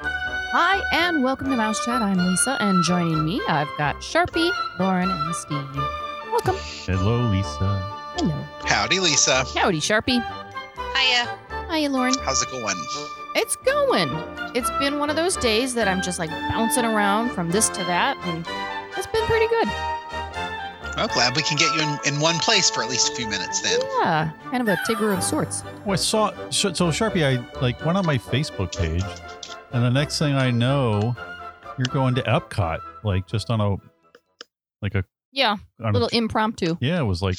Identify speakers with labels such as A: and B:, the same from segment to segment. A: Hi, and welcome to Mouse Chat. I'm Lisa, and joining me, I've got Sharpie, Lauren, and Steve. Welcome.
B: Hello, Lisa.
A: Hello.
C: Howdy, Lisa.
A: Howdy, Sharpie.
D: Hiya.
A: Hiya, Lauren.
C: How's it going?
A: It's going. It's been one of those days that I'm just like bouncing around from this to that, and it's been pretty good.
C: Well, glad we can get you in, in one place for at least a few minutes then.
A: Yeah, kind of a tigger of sorts.
B: Oh, I saw so, so Sharpie. I like went on my Facebook page, and the next thing I know, you're going to Epcot, like just on a like a
A: Yeah, a
B: on
A: little
B: a,
A: impromptu.
B: yeah. It was like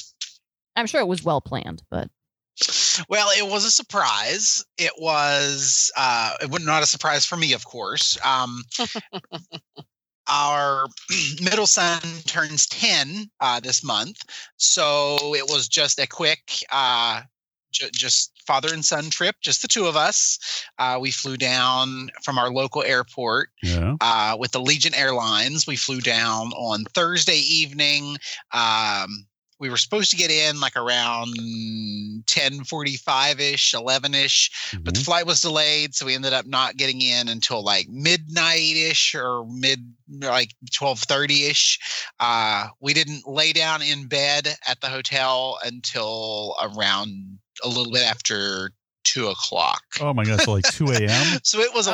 A: I'm sure it was well planned, but
C: Well, it was a surprise. It was uh it was not a surprise for me, of course. Um our middle son turns 10 uh this month. So it was just a quick uh ju- just father and son trip, just the two of us. Uh, we flew down from our local airport
B: yeah.
C: uh, with the Legion Airlines. We flew down on Thursday evening. Um, we were supposed to get in like around 10:45 ish, 11 ish,
B: mm-hmm.
C: but the flight was delayed, so we ended up not getting in until like midnight ish or mid like 12:30 ish. Uh, we didn't lay down in bed at the hotel until around a little bit after two o'clock.
B: Oh my gosh, so like 2 a.m.
C: So it was
A: Oh.
C: a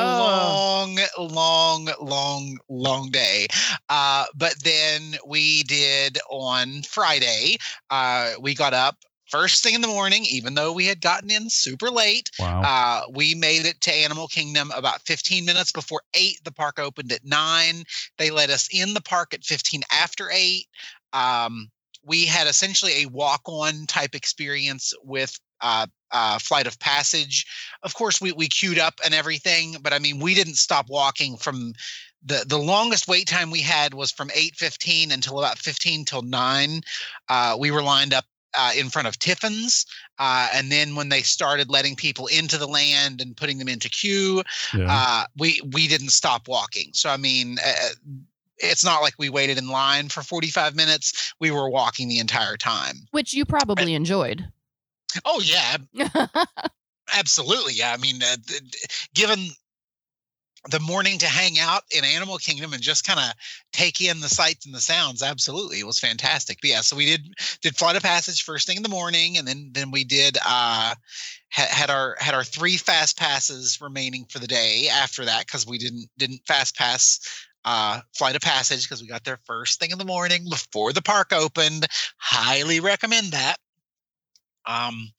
C: long, long, long, long day. Uh, but then we did on Friday, uh, we got up first thing in the morning, even though we had gotten in super late.
B: Wow.
C: Uh, we made it to Animal Kingdom about 15 minutes before eight. The park opened at nine. They let us in the park at 15 after eight. Um, we had essentially a walk on type experience with uh, uh, Flight of Passage. Of course, we, we queued up and everything, but I mean, we didn't stop walking from. The, the longest wait time we had was from 8.15 until about 15 till 9 uh, we were lined up uh, in front of tiffin's uh, and then when they started letting people into the land and putting them into queue,
B: yeah.
C: uh, we we didn't stop walking. So I mean, uh, it's not like we waited in line for 45 minutes. We were walking the entire time.
A: which you probably enjoyed.
C: Oh yeah, absolutely. Yeah, I mean, uh, th- th- given the morning to hang out in Animal Kingdom and just kind of take in the sights and the sounds, absolutely, it was fantastic. But yeah, so we did did Flight of Passage first thing in the morning, and then then we did uh, had, had our had our three fast passes remaining for the day after that because we didn't didn't fast pass uh flight of passage because we got there first thing in the morning before the park opened highly recommend that um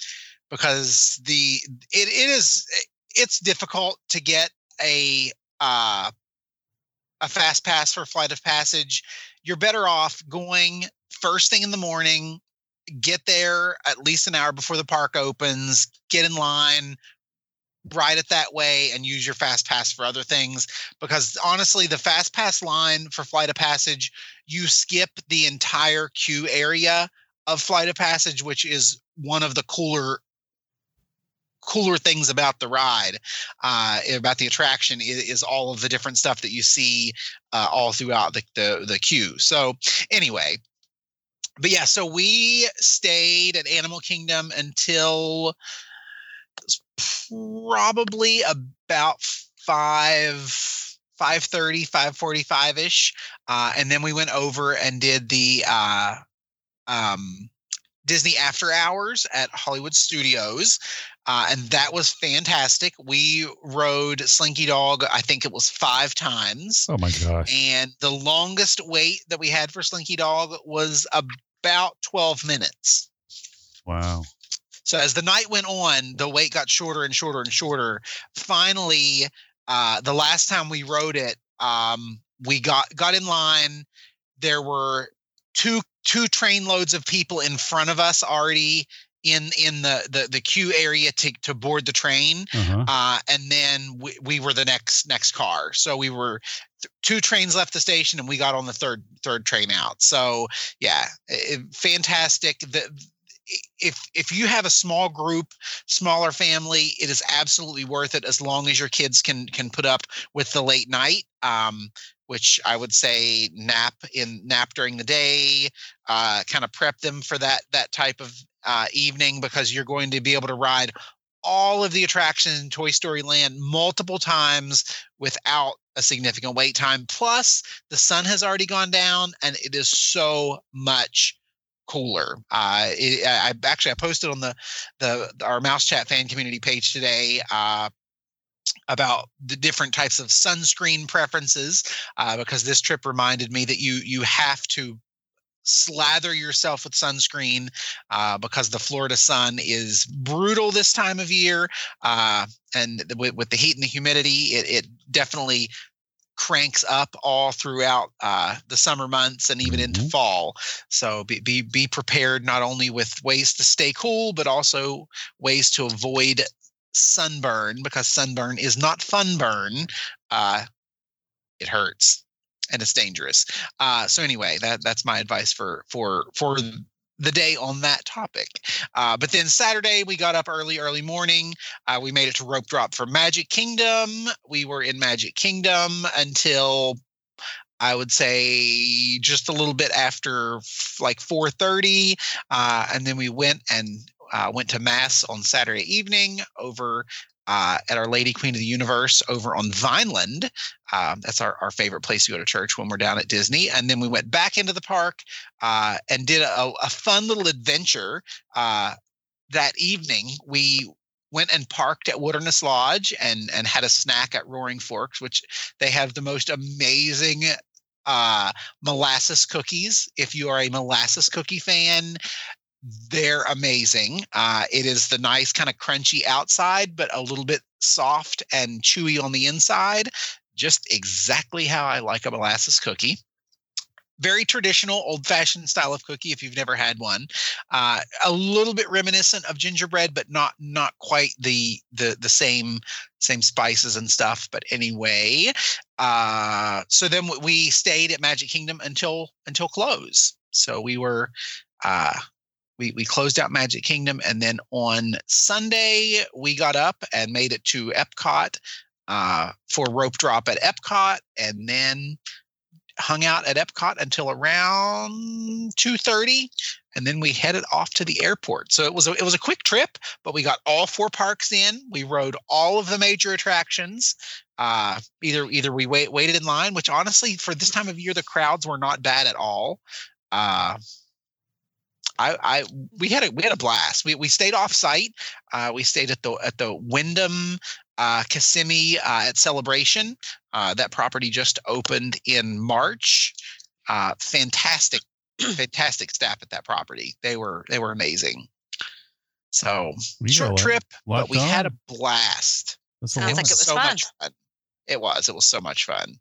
C: because the it, it is it's difficult to get a uh a fast pass for flight of passage you're better off going first thing in the morning get there at least an hour before the park opens, get in line, ride it that way, and use your fast pass for other things. Because honestly, the fast pass line for Flight of Passage, you skip the entire queue area of Flight of Passage, which is one of the cooler cooler things about the ride uh about the attraction i- is, all of the different stuff that you see uh, all throughout the, the the queue so anyway but yeah, so we stayed at Animal Kingdom until probably about five. 5.30 5.45ish uh, and then we went over and did the uh, um, disney after hours at hollywood studios uh, and that was fantastic we rode slinky dog i think it was five times
B: Oh my gosh.
C: and the longest wait that we had for Slinky Dog was about 12 minutes.
B: Wow.
C: So as the night went on, the wait got shorter and shorter and shorter. Finally, uh, the last time we rode it, um, we got got in line. There were two two train loads of people in front of us already in in the the, the queue area to to board the train
B: Uh-huh.
C: uh, and then we, we were the next next car. So we were th- two trains left the station, and we got on the third third train out. So yeah, i- i- fantastic. The, if if you have a small group, smaller family, it is absolutely worth it as long as your kids can can put up with the late night. Um, which I would say nap in nap during the day, uh, kind of prep them for that that type of uh, evening because you're going to be able to ride all of the attractions in Toy Story Land multiple times without a significant wait time. Plus, the sun has already gone down and it is so much cooler. Uh, it, I, I actually I posted on the the our Mouse Chat fan community page today. Uh, about the different types of sunscreen preferences, uh, because this trip reminded me that you you have to slather yourself with sunscreen uh, because the Florida sun is brutal this time of year. Uh, and with, with the heat and the humidity, it, it definitely cranks up all throughout uh, the summer months and even into
B: Mhm.
C: fall. So be, be be prepared not only with ways to stay cool, but also ways to avoid sunburn because sunburn is not fun burn. Uh, it hurts and it's dangerous. Uh, so anyway, that that's my advice for for for the day on that topic. Uh, but then Saturday we got up early, early morning. Uh, we made it to Rope Drop for Magic Kingdom. We were in Magic Kingdom until I would say just a little bit after f- like 4:30, uh, and then we went and uh, went to mass on Saturday evening over. Uh, at Our Lady Queen of the Universe over on Vineland. Um, that's our, our favorite place to go to church when we're down at Disney. And then we went back into the park uh, and did a, a fun little adventure uh, that evening. We went and parked at Wilderness Lodge and and had a snack at Roaring Forks, which they have the most amazing uh, molasses cookies. If you are a molasses cookie fan. They're amazing. Uh, it is the nice kind of crunchy outside, but a little bit soft and chewy on the inside. Just exactly how I like a molasses cookie very traditional old fashioned style of cookie if you've never had one uh, a little bit reminiscent of gingerbread but not not quite the the the same same spices and stuff but anyway uh, so then w- we stayed at magic kingdom until until close so we were uh, we, we closed out Magic Kingdom and then on Sunday we got up and made it to Epcot uh, for rope drop at Epcot and then hung out at Epcot until around 2:30 and then we headed off to the airport. So it was a, it was a quick trip, but we got all four parks in. We rode all of the major attractions. Uh, either either we wait, waited in line, which honestly for this time of year the crowds were not bad at all. Uh, I, I we had a we had a blast. We we stayed off site. Uh, we stayed at the at the Wyndham uh, Kissimmee uh, at Celebration. Uh, that property just opened in March. Uh, fantastic, fantastic staff at that property. They were they were amazing. So
B: We got
C: short
B: a lot-
C: trip,
B: lot
C: but we had a
B: done.
C: blast.
B: That's a
D: Sounds
B: lot.
D: like it was
C: so
D: fun.
C: much fun. It was. It was so much fun.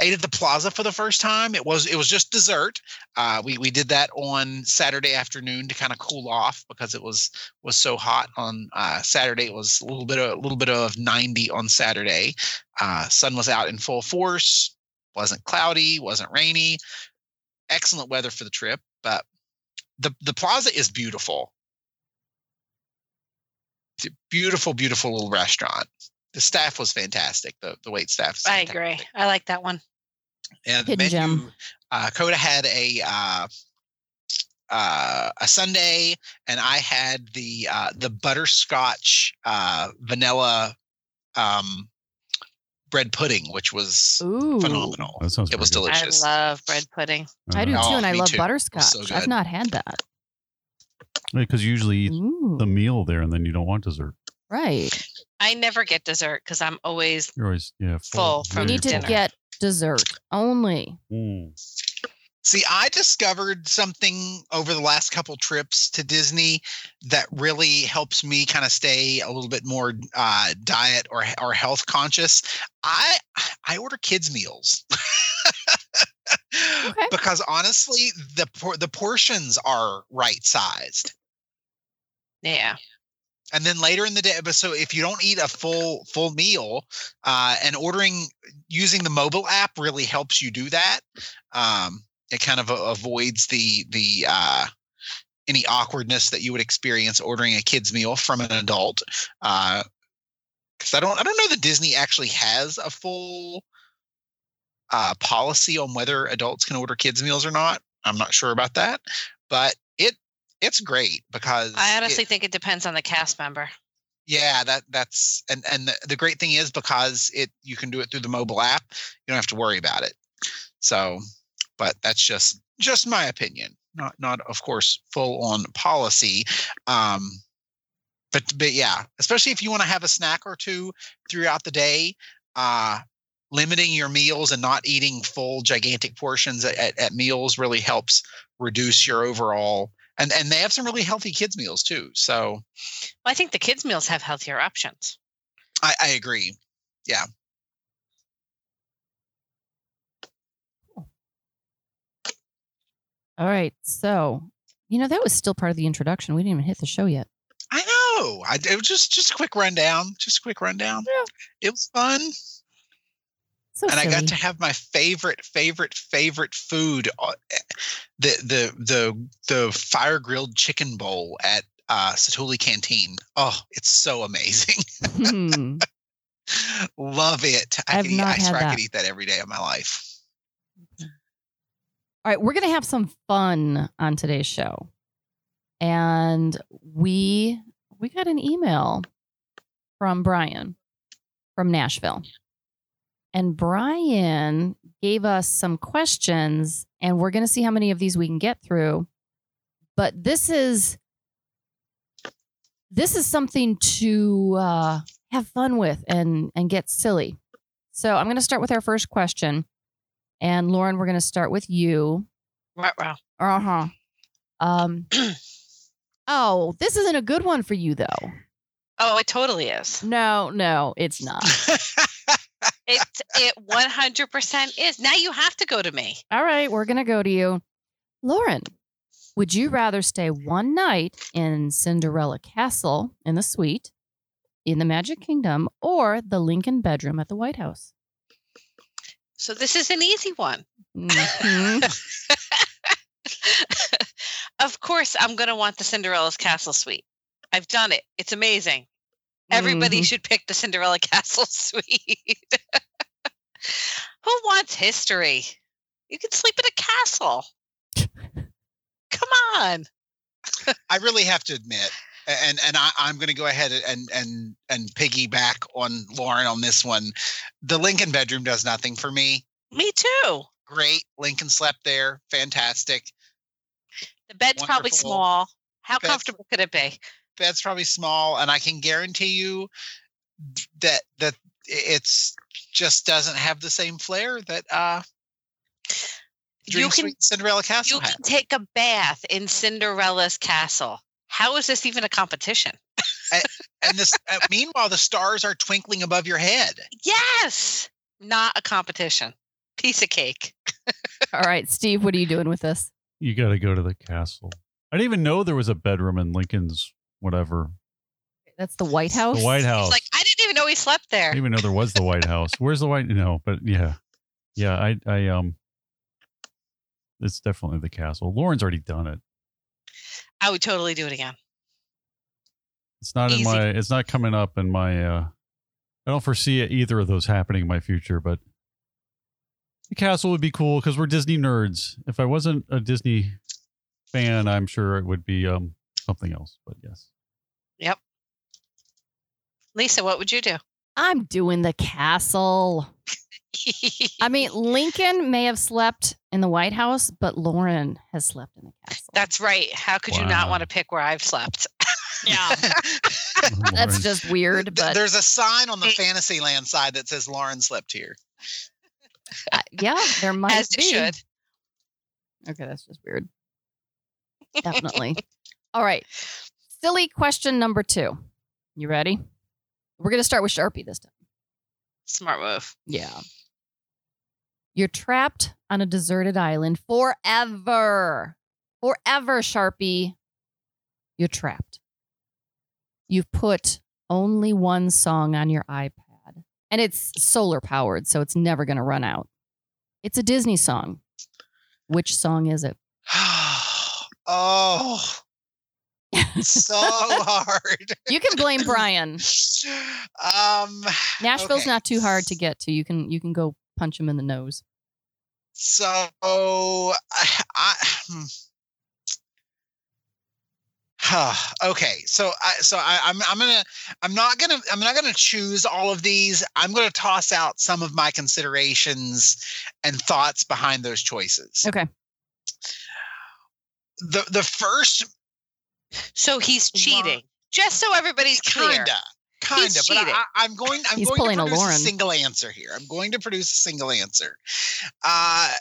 C: Ate at the plaza for the first time. It was it was just dessert. Uh, we we did that on Saturday afternoon to kind of cool off because it was was so hot on uh, Saturday. It was a little bit of, a little bit of ninety on Saturday. Uh, sun was out in full force. wasn't cloudy. wasn't rainy. Excellent weather for the trip. But the the plaza is beautiful. It's a beautiful, beautiful little restaurant. The staff was fantastic. The the wait staff. is
D: I
C: fantastic.
D: agree. I like that one.
C: Yeah, the
A: Hidden gem.
C: menu, Uh, Coda had a uh, uh, a Sunday, and I had the uh, the butterscotch uh, vanilla um, bread pudding, which was
A: Ooh.
C: phenomenal.
B: That sounds
C: It was
B: pretty Uh-huh. good.
C: delicious.
D: I love bread pudding.
A: I do too,
C: Oh,
A: and I
C: me
A: love
C: too.
A: butterscotch.
C: so
A: I've
C: good.
A: not had that.
B: Because you usually eat
A: Ooh,
B: the meal there and then you don't want dessert.
A: right.
D: I never get dessert because I'm always
B: You're always, yeah,
D: Full
B: Yeah,
D: from
A: You
B: you're
A: need to
D: dinner.
A: get dessert only.
B: Mm.
C: See, I discovered something over the last couple trips to Disney that really helps me kind of stay a little bit more uh, diet or or health conscious. I I order kids meals. Because honestly, the por- the portions are right sized.
D: yeah.
C: And then later in the day, but so if you don't eat a full full meal, uh, and ordering using the mobile app really helps you do that. Um, it kind of a- avoids the the uh, any awkwardness that you would experience ordering a kid's meal from an adult. Because I don't I don't know that Disney actually has a full uh, policy on whether adults can order kids meals or not. I'm not sure about that, but it it's great because
D: I
C: it-
D: honestly think it depends on the cast member.
C: yeah that that's and and the, the great thing is because it you can do it through the mobile app you don't have to worry about it so but that's just just my opinion not not of course full on policy um but but yeah especially if you want to have a snack or two throughout the day uh limiting your meals and not eating full gigantic portions at, at, at meals really helps reduce your overall and and they have some really healthy kids meals too so
D: Well, I think the kids' meals have healthier options.
C: I, I agree. Yeah.
A: All right. So, you know, that was still part of the introduction. We didn't even hit the show yet.
C: I know. I it was just just a quick rundown. Just a quick rundown.
A: Yeah.
C: It was fun.
A: So
C: and I
A: silly.
C: got to have my favorite, favorite, favorite food. uh, The the the the fire grilled chicken bowl at uh Satuli Canteen. Oh, it's so amazing.
A: Hmm.
C: Love it. I,
A: I've
C: could eat,
A: not
C: I swear
A: had
C: I could
A: that.
C: eat that every day of my life.
A: All right, we're going to have some fun on today's show. And we we got an email from Brian from Nashville. And Brian gave us some questions and we're going to see how many of these we can get through. But this is this is something to uh, have fun with and and get silly. So I'm going to start with our first question. And Lauren, we're going to start with you.
D: Right, wow.
A: Uh huh. Um. oh, this isn't a good one for you though.
D: Oh, it totally is.
C: Mm.
A: No, no, it's not.
D: It it one hundred percent is. Now you have to go to me.
A: All right, we're gonna go to you, Lauren. Would you rather stay one night in Cinderella Castle in the suite in the Magic Kingdom or the Lincoln bedroom at the White House?
D: So this is an easy one.
A: Mhm.
D: of course, I'm going to want the Cinderella's Castle Suite. I've done it. It's amazing. Everybody
A: Mhm.
D: should pick the Cinderella Castle Suite. Who wants history? You can sleep in a castle. Come on.
C: I really have to admit, and and I, I'm going to go ahead and and and piggyback on Lauren on this one. The Lincoln bedroom does nothing for me.
D: Me too.
C: Great, Lincoln slept there, fantastic.
D: The bed's probably
C: Wonderful.
D: small. How
C: Bed's-
D: comfortable could it be?
C: Bed's probably small, and I can guarantee you that that it's just doesn't have the same flair that uh Dream
D: you can
C: Suite Cinderella Castle
D: you
C: had.
D: can take a bath in Cinderella's castle. How is this even a competition?
C: And this uh, meanwhile, the stars are twinkling above your head.
D: Yes, not a competition. Piece of cake.
A: All right, Steve, what are you doing with this?
B: You got to go to the castle. I didn't even know there was a bedroom in Lincoln's whatever.
A: That's the White House.
B: The White
D: Oh, He's
B: House.
D: like, I didn't even know he slept
B: I
D: there.
B: didn't even know there was the White House. Where's the White? No, but yeah, yeah. I, I, um, it's definitely the castle. Lauren's already done it.
D: I would totally do it again.
B: It's not in
D: Easy.
B: my. It's not coming up in my. uh I don't foresee either of those happening in my future, but the castle would be cool because we're Disney nerds. If I wasn't a Disney fan, I'm sure it would be um something else. But yes,
D: Lisa, what would you do?
A: I'm doing the castle. I mean, Lincoln may have slept in the White House, but Lauren has slept in the castle.
D: That's right. How could you not
B: Wow.
D: want to pick where I've slept?
A: yeah. That's
B: Lauren.
A: just weird,
C: Th-
A: but
C: there's a sign on the
D: Hey.
C: Fantasyland side that says Lauren slept here.
A: uh, yeah, there might
D: As it
A: be.
D: should.
A: Okay, that's just weird. Definitely. All right. Silly question number two. You ready? We're going to start with Sharpie this time.
D: Smart move.
A: Yeah. You're trapped on a deserted island forever. Forever, Sharpie. You're trapped. You've put only one song on your iPad, and it's solar powered, so it's never going to run out. It's a Disney song. Which song is it?
C: oh, so hard.
A: You can blame Brian.
C: Um,
A: Nashville's
C: okay.
A: not too hard to get to. You can you can go punch him in the nose.
C: So I, I, hmm. okay, so I so I, I'm I'm gonna I'm not gonna I'm not gonna choose all of these. I'm gonna toss out some of my considerations and thoughts behind those choices.
A: Okay.
C: The the first
D: So he's cheating. Just so everybody's clear.
C: kinda kinda,
D: He's
C: but
D: cheating.
C: I, I, am going I'm
A: He's
C: going
A: pulling a
C: to produce a,
A: Lauren.
C: single answer here. I'm going to produce a single answer. Uh,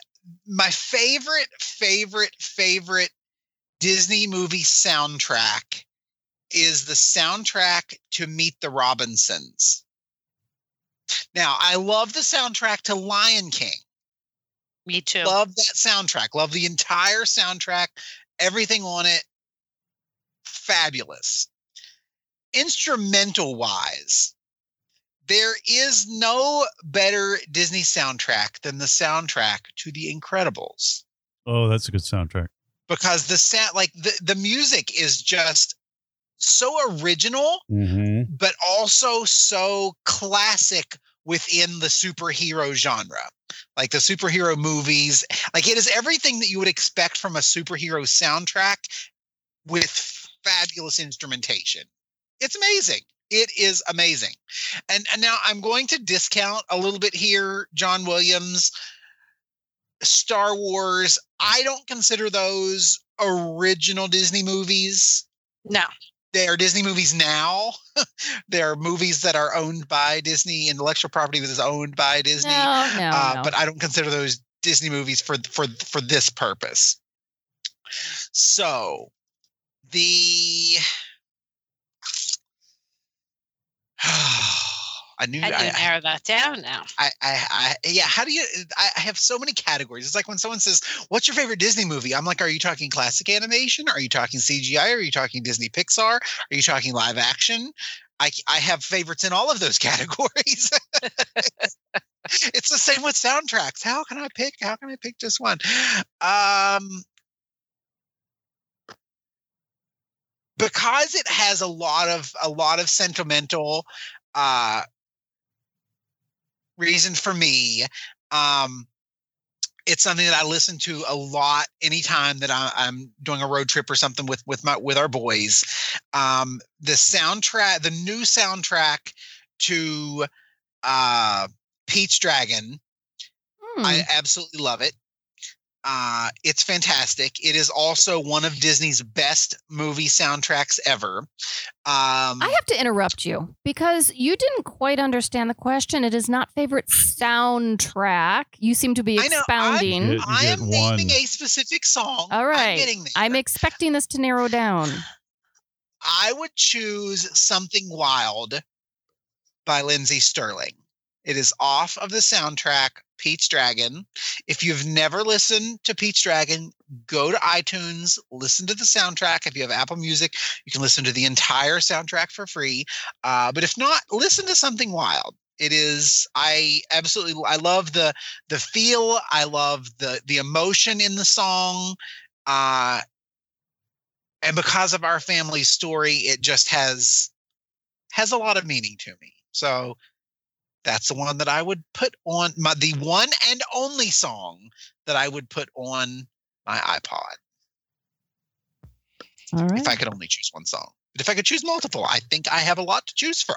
C: my favorite favorite favorite Disney movie soundtrack is the soundtrack to Meet the Robinsons. Now, I love the soundtrack to Lion King.
D: Me too.
C: Love that soundtrack. Love the entire soundtrack, everything on it. Fabulous. Instrumental wise, there is no better Disney soundtrack than the soundtrack to The Incredibles
B: Oh, that's a good soundtrack.
C: because the sound, like the, the music is just so original,
B: Mm-hmm.
C: but also so classic within the superhero genre like the superhero movies like it is everything that you would expect from a superhero soundtrack with fabulous instrumentation it's amazing it is amazing and, and now i'm going to discount a little bit here john williams star wars i don't consider those original disney movies
D: no.
C: they are Disney movies now. they are movies that are owned by Disney. Intellectual property that is owned by Disney.
A: No, no,
C: uh,
A: no.
C: But I don't consider those Disney movies for for for this purpose. So, the I knew
D: I can narrow that down now. Oh,
C: I, I, I, yeah. How do you? I I have so many categories. It's like when someone says, "What's your favorite Disney movie?" I'm like, "Are you talking classic animation? Are you talking CGI? Are you talking Disney Pixar? Are you talking live action?" I, I have favorites in all of those categories. it's the same with soundtracks. How can I pick? How can I pick just one? Um, because it has a lot of a lot of sentimental uh, reason for me. Um, it's something that I listen to a lot anytime that I, I'm doing a road trip or something with with my with our boys. Um, the soundtrack, the new soundtrack to uh, Peach Dragon,
A: Hmm.
C: I absolutely love it. Uh, it's fantastic. It is also one of Disney's best movie soundtracks ever. Um,
A: I have to interrupt you because you didn't quite understand the question. It is not favorite soundtrack. You seem to be
C: I know, I'm-
A: expounding.
B: You get- you
C: I
B: get
C: am
B: one.
C: naming a specific song.
A: All
C: I'm
A: right.
C: getting there.
A: I'm expecting this to narrow down.
C: I would choose Something Wild by Lindsay Sterling. It is off of the soundtrack Peach Dragon. If you've never listened to Peach Dragon, go to iTunes, listen to the soundtrack. If you have Apple Music, you can listen to the entire soundtrack for free. Uh, but if not, listen to Something Wild. It is I absolutely I love the the feel. I love the the emotion in the song. Uh, and because of our family story it just has has a lot of meaning to me so that's the one that i would put on my the one and only song that i would put on my ipod
A: All right.
C: if i could only choose one song but if i could choose multiple i think i have a lot to choose from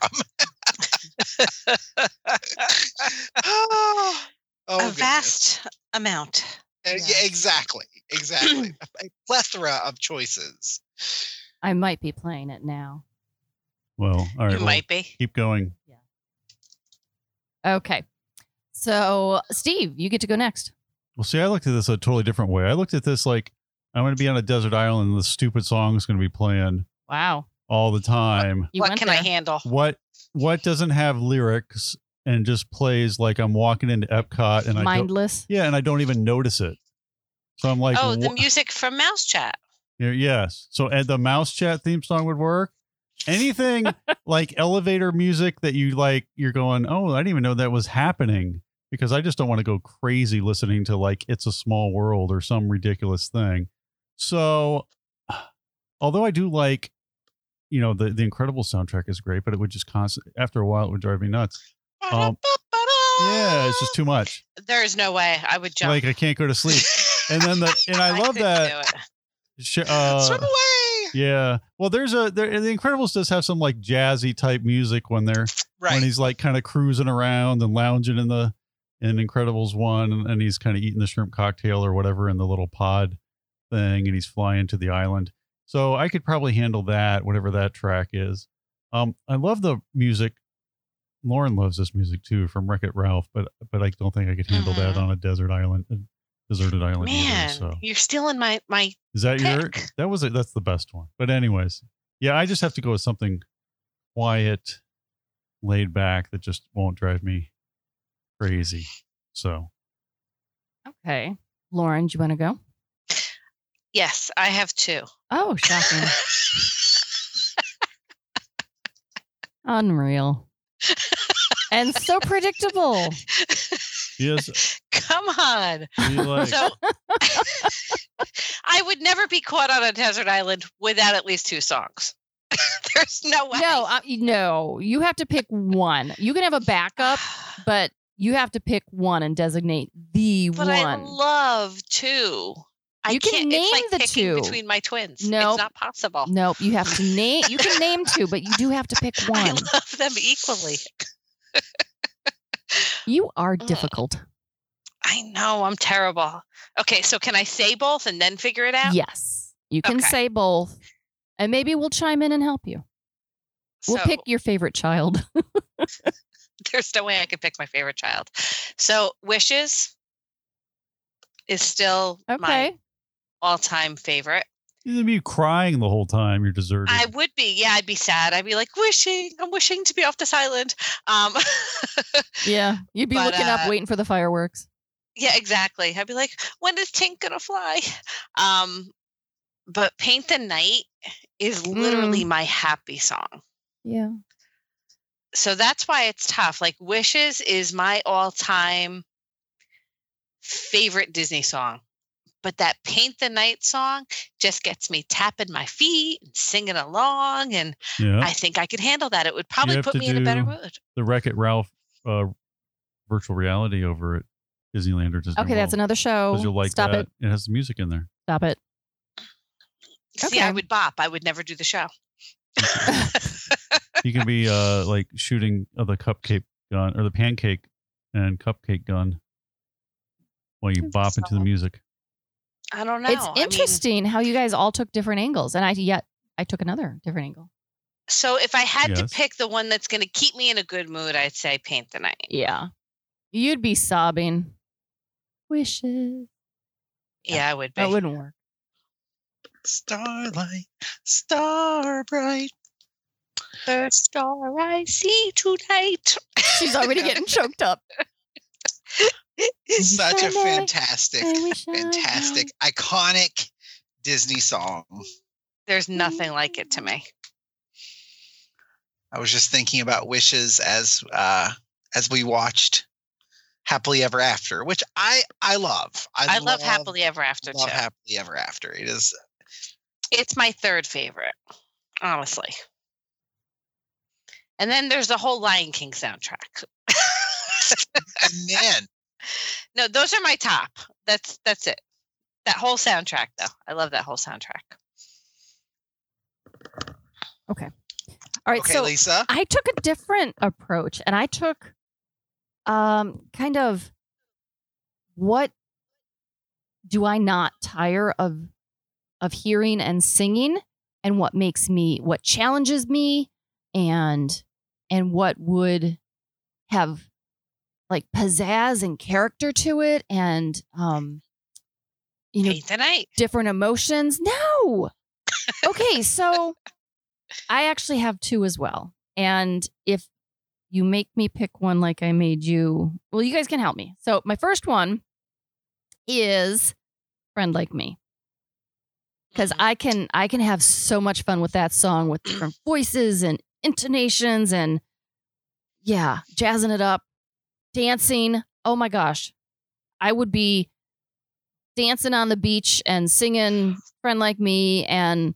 C: oh,
D: a
C: goodness.
D: vast amount.
C: Uh, yeah,
A: yeah.
C: exactly exactly a plethora of choices
A: I might be playing it now.
B: Well, all right.
D: you
B: well,
D: might be.
B: keep going.
A: Okay. So, Steve, you get to go next.
B: Well, see, I looked at this a totally different way. I looked at this like I'm going to be on a desert island and this stupid song's going to be playing
A: Wow.
B: all the time.
A: You
D: what
A: went
D: can I
A: there.
D: handle?
B: What what doesn't have lyrics and just plays like I'm walking into Epcot and I don't,
A: Mindless.
B: yeah, and I don't even notice it. So I'm like,
D: oh, the
B: wha-
D: music from Mouse Chat.
B: Yeah, Yes. So and the mouse chat theme song would work. Anything like elevator music that you like, you're going, oh, I didn't even know that was happening because I just don't want to go crazy listening to like It's a Small World or some ridiculous thing. So, although I do like, you know, the, the Incredible soundtrack is great, but it would just constant after a while, it would drive me nuts. Um, Yeah, it's just too much.
D: There's no way I would jump.
B: Like, I can't go to sleep. And then the, and I love
D: couldn't
B: that.
D: do it.
B: sh- Uh,
C: swim away
B: yeah. Well, there's a there, and the Incredibles does have some like jazzy type music when they're when
C: Right.
B: he's like kind of cruising around and lounging in the in Incredibles one, and, and he's kind of eating the shrimp cocktail or whatever in the little pod thing, and he's flying to the island. So I could probably handle that, whatever that track is. Um, I love the music. Lauren loves this music too from Wreck It Ralph, but but I don't think I could handle that
D: Mhm.
B: on a desert island, a deserted island.
D: Man,
B: either, so.
D: you're stealing my my.
B: Is that your?
D: pick.
B: That was it. That's the best one. But anyways, yeah, I just have to go with something quiet, laid back that just won't drive me crazy. So
A: Okay. Lauren, do you want to go?
D: Yes, I have two.
A: Oh, shocking. Unreal. and so predictable.
B: yes,
D: Come on.
B: be like,
D: So I would never be caught on a desert island without at least two songs. There's no way.
A: No, uh, no, you have to pick one. You can have a backup, but you have to pick one and designate the
D: but
A: one.
D: I love two. I
A: You can
D: can't, it's
A: name
D: like
A: the
D: picking
A: two.
D: between my twins.
A: Nope.
D: It's not possible.
A: nope, you have to name. You can name two, but you do have to pick
D: I
A: one.
D: love them equally.
A: You are
D: Ugh.
A: difficult.
D: I know I'm terrible. Okay, so can I say both and then figure it out?
A: Yes, you can
D: Okay.
A: say both, and maybe we'll chime in and help you. We'll
D: So-
A: pick your favorite child.
D: there's no way I could pick my favorite child. So wishes is still my
A: Okay.
D: all-time favorite.
B: you're gonna be crying the whole time. You're deserted.
D: I would be, yeah, I'd be sad. I'd be like wishing, I'm wishing to be off this island. Um,
A: Yeah, you'd be
D: But,
A: looking
D: uh,
A: up, waiting for the fireworks.
D: yeah, exactly. I'd be like, when is Tink gonna fly? Um, but paint the night is
B: Mm.
D: literally my happy song.
A: Yeah.
D: so that's why it's tough. Like Wishes is my all-time favorite Disney song. But that Paint the Night song just gets me tapping my feet and singing along and
B: yeah,
D: I think I could handle that. It would probably
B: have
D: put
B: to
D: me in a better
B: do-
D: mood.
B: the Wreck It Ralph uh, virtual reality over at Disneyland or Disney.
A: Okay, that's another show.
B: Because Oh, you'll like
A: Stop
B: that.
A: it.
B: It has the music in there.
A: Stop it.
D: See, I
A: Okay.
D: would bop. I would never do the show.
B: You can be uh like shooting of the cupcake gun or the pancake and cupcake gun while you bop into the music.
D: I don't know.
A: It's
D: I mean,
A: interesting how you guys all took different angles, and I yet I took another different angle.
D: so if I had to
B: Yes.
D: pick the one that's going to keep me in a good mood, I'd say Paint the Night.
A: Yeah, you'd be sobbing. Wishes
D: Yeah, I would be.
A: that wouldn't work.
C: Starlight, star bright.
D: The star I see tonight.
A: She's already getting choked up.
C: Such a
A: Starlight,
C: fantastic,
A: I wish I
C: fantastic, iconic Disney song.
D: There's nothing like it to me.
C: I was just thinking about wishes as uh as we watched Happily Ever After, which I I love.
D: I, love, Happily Ever After
C: love
D: too.
C: Happily Ever After. It is
D: it's my third favorite, honestly. And then there's the whole Lion King soundtrack.
C: and then
D: No, those are my top. That's that's it. That whole soundtrack though. I love that whole soundtrack.
A: All right,
C: okay,
A: so
C: Lisa.
A: I took a different approach and I took um kind of what do I not tire of of hearing and singing and what makes me what challenges me and and what would have like pizzazz and character to it and um you know
D: Paint the night.
A: different emotions. No. Okay, so I actually have two as well. And if you make me pick one like I made you, well, you guys can help me. So my first one is Friend Like Me. Because
D: Mm-hmm.
A: I can I can have so much fun with that song with different voices and intonations and yeah, jazzing it up, dancing. Oh my gosh. I would be dancing on the beach and singing friend like me and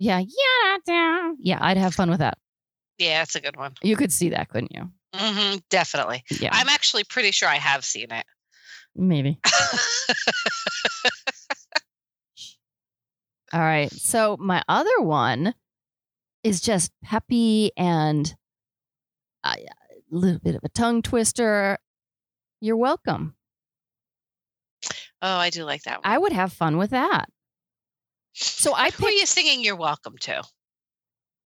A: yeah yeah da, da. yeah i'd have fun with that
D: Yeah, that's a good one.
A: you could see that couldn't you
D: hmm definitely.
A: yeah
D: I'm actually pretty sure I have seen it.
A: maybe All right. So my other one is just peppy and a little bit of a tongue twister. You're welcome.
D: Oh, I do like that one.
A: I would have fun with that. So I
D: Who are
A: picked
D: you singing You're Welcome to?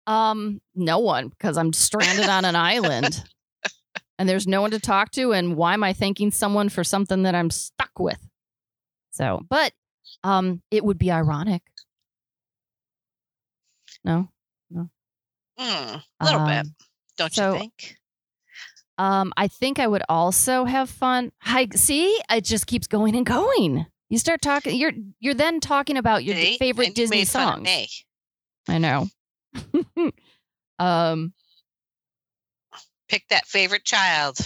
A: um no one because I'm stranded on an island and there's no one to talk to and why am I thanking someone for something that I'm stuck with? So, but um it would be ironic. No.
D: Mm, a little
A: Um,
D: bit, don't
A: so-
D: you think?
A: Um, I think I would also have fun. Hi, see, it just keeps going and going. You start talking. You're you're then talking about your
D: See?
A: favorite
D: And you
A: Disney
D: made fun of
A: songs.
D: me.
A: I know. um,
D: Pick that favorite child.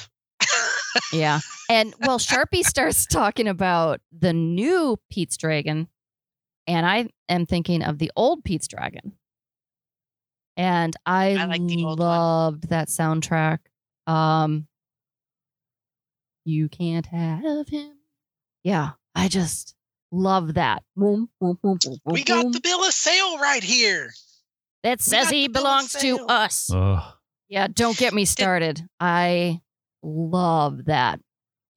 A: yeah, and well, Sharpie starts talking about the new Pete's Dragon, and I am thinking of the old Pete's Dragon. And I,
D: I like the old one.
A: loved that soundtrack. Um, you can't have him. Yeah, I just love that. Boom, boom, boom, boom, boom,
C: We got
A: boom.
C: the bill of sale right here.
A: that
C: we got
A: says he
C: the bill of
A: belongs to
C: sale.
A: us.
B: Ugh.
A: Yeah, don't get me started. I love that.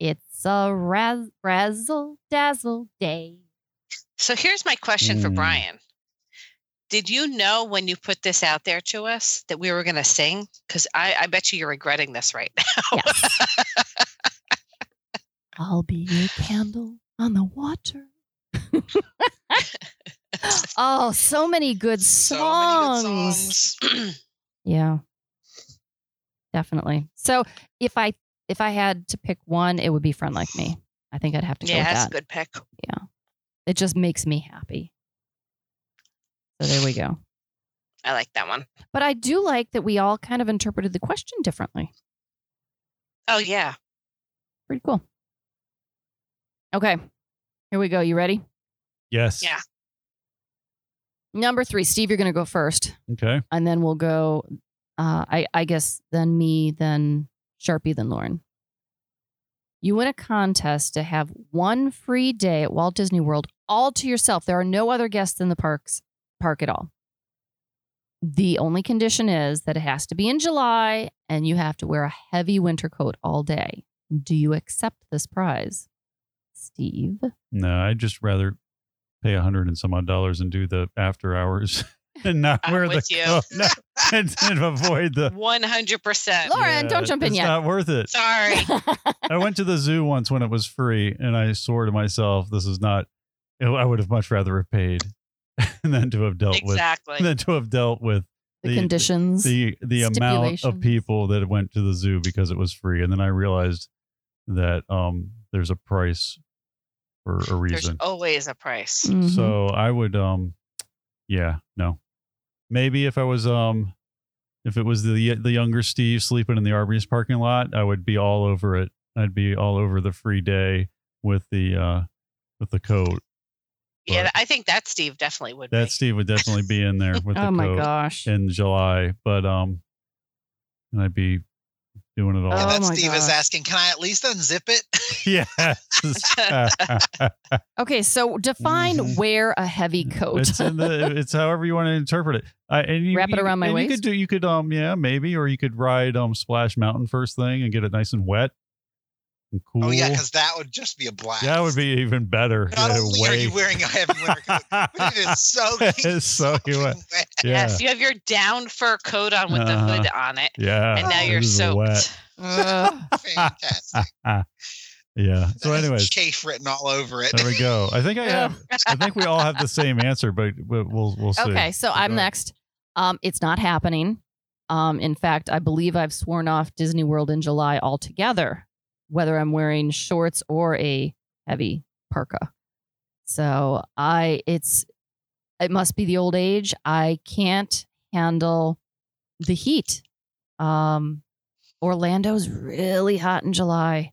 A: It's a raz- razzle dazzle day.
D: So here's my question for
B: Mm.
D: Brian. Did you know when you put this out there to us that we were going to sing? Because I, I bet you you're regretting this right now.
A: Yes. I'll be your candle on the water. oh, so many good songs.
C: So many good songs.
A: Yeah. Definitely. So if I if I had to pick one, it would be Friend Like Me. I think I'd have to go
D: yeah,
A: with
D: that's
A: that.
D: a good pick.
A: It just makes me happy. So there we go.
D: I like that one.
A: But I do like that we all kind of interpreted the question differently.
D: Oh yeah.
A: Pretty cool. Okay. Here we go. You ready?
B: Yes.
D: Yeah.
A: Number three, Steve, you're going to go first,
B: Okay.
A: and then we'll go. Uh, I, I guess then me, then Sharpie, then Lauren. You win a contest to have one free day at Walt Disney World all to yourself. There are no other guests in the parks park at all. The only condition is that it has to be in July and you have to wear a heavy winter coat all day. Do you accept this prize? Steve.
B: No, I'd just rather pay a hundred and some odd dollars and do the after hours and not
D: I'm
B: wear
D: with
B: the
D: you.
B: coat. No, and, and avoid the.
D: One hundred percent.
A: Lauren, don't jump in
B: it's
A: yet.
B: Not worth it.
D: Sorry.
B: I went to the zoo once when it was free, and I swore to myself, "This is not." I would have much rather have paid than to have dealt
D: exactly.
B: with than to have dealt with
A: the,
B: The-
A: conditions.
B: the the amount of
A: Stipulations.
B: people that went to the zoo because it was free. And then I realized that um, there's a price for a
D: There's
B: reason.
D: always a price.
A: Mhm.
B: So I would, um, yeah, no, maybe if I was, um, if it was the the younger Steve sleeping in the Arby's parking lot, I would be all over it. I'd be all over the free day with the uh, with the coat.
D: Yeah,
B: but-
D: I think that Steve definitely would.
B: That
D: be.
B: Steve would definitely be in there with the
A: oh my
B: coat
A: gosh.
B: in July, but um, and I'd be doing it all.
A: Oh
C: and that
A: my
C: Steve is
A: gosh.
C: asking, can I at least unzip it?
B: yes.
A: Okay, so define
B: Mhm.
A: wear a heavy coat.
B: it's in the it's however you want to interpret it. I and you,
A: Wrap it
B: you-
A: around my
B: and You
A: waist?
B: could do you could um yeah, maybe or you could ride um Splash Mountain first thing and get it nice and wet and cool.
C: Oh yeah, because that would just be a blast.
B: that would be even better.
C: Not
B: Yeah,
C: only are
B: way-
C: you wearing a heavy winter coat, but it is so
B: It is soaking wet. yeah.
D: Yes, you have your down fur coat on with the
B: Uh-huh.
D: hood on it,
B: Yeah.
D: and now
B: it
D: you're
B: is
D: soaked.
B: wet.
A: Ugh.
C: Fantastic.
B: Yeah. So
C: That has
B: anyways,
C: chafe written all over it.
B: there we go. I think I have I think we all have the same answer, but we'll we'll, we'll see.
A: okay, so
B: Go
A: I'm
B: ahead.
A: next. Um, it's not happening. Um, in fact, I believe I've sworn off Disney World in July altogether, whether I'm wearing shorts or a heavy parka. So I, it's, it must be the old age. I can't handle the heat. Um, Orlando's really hot in July,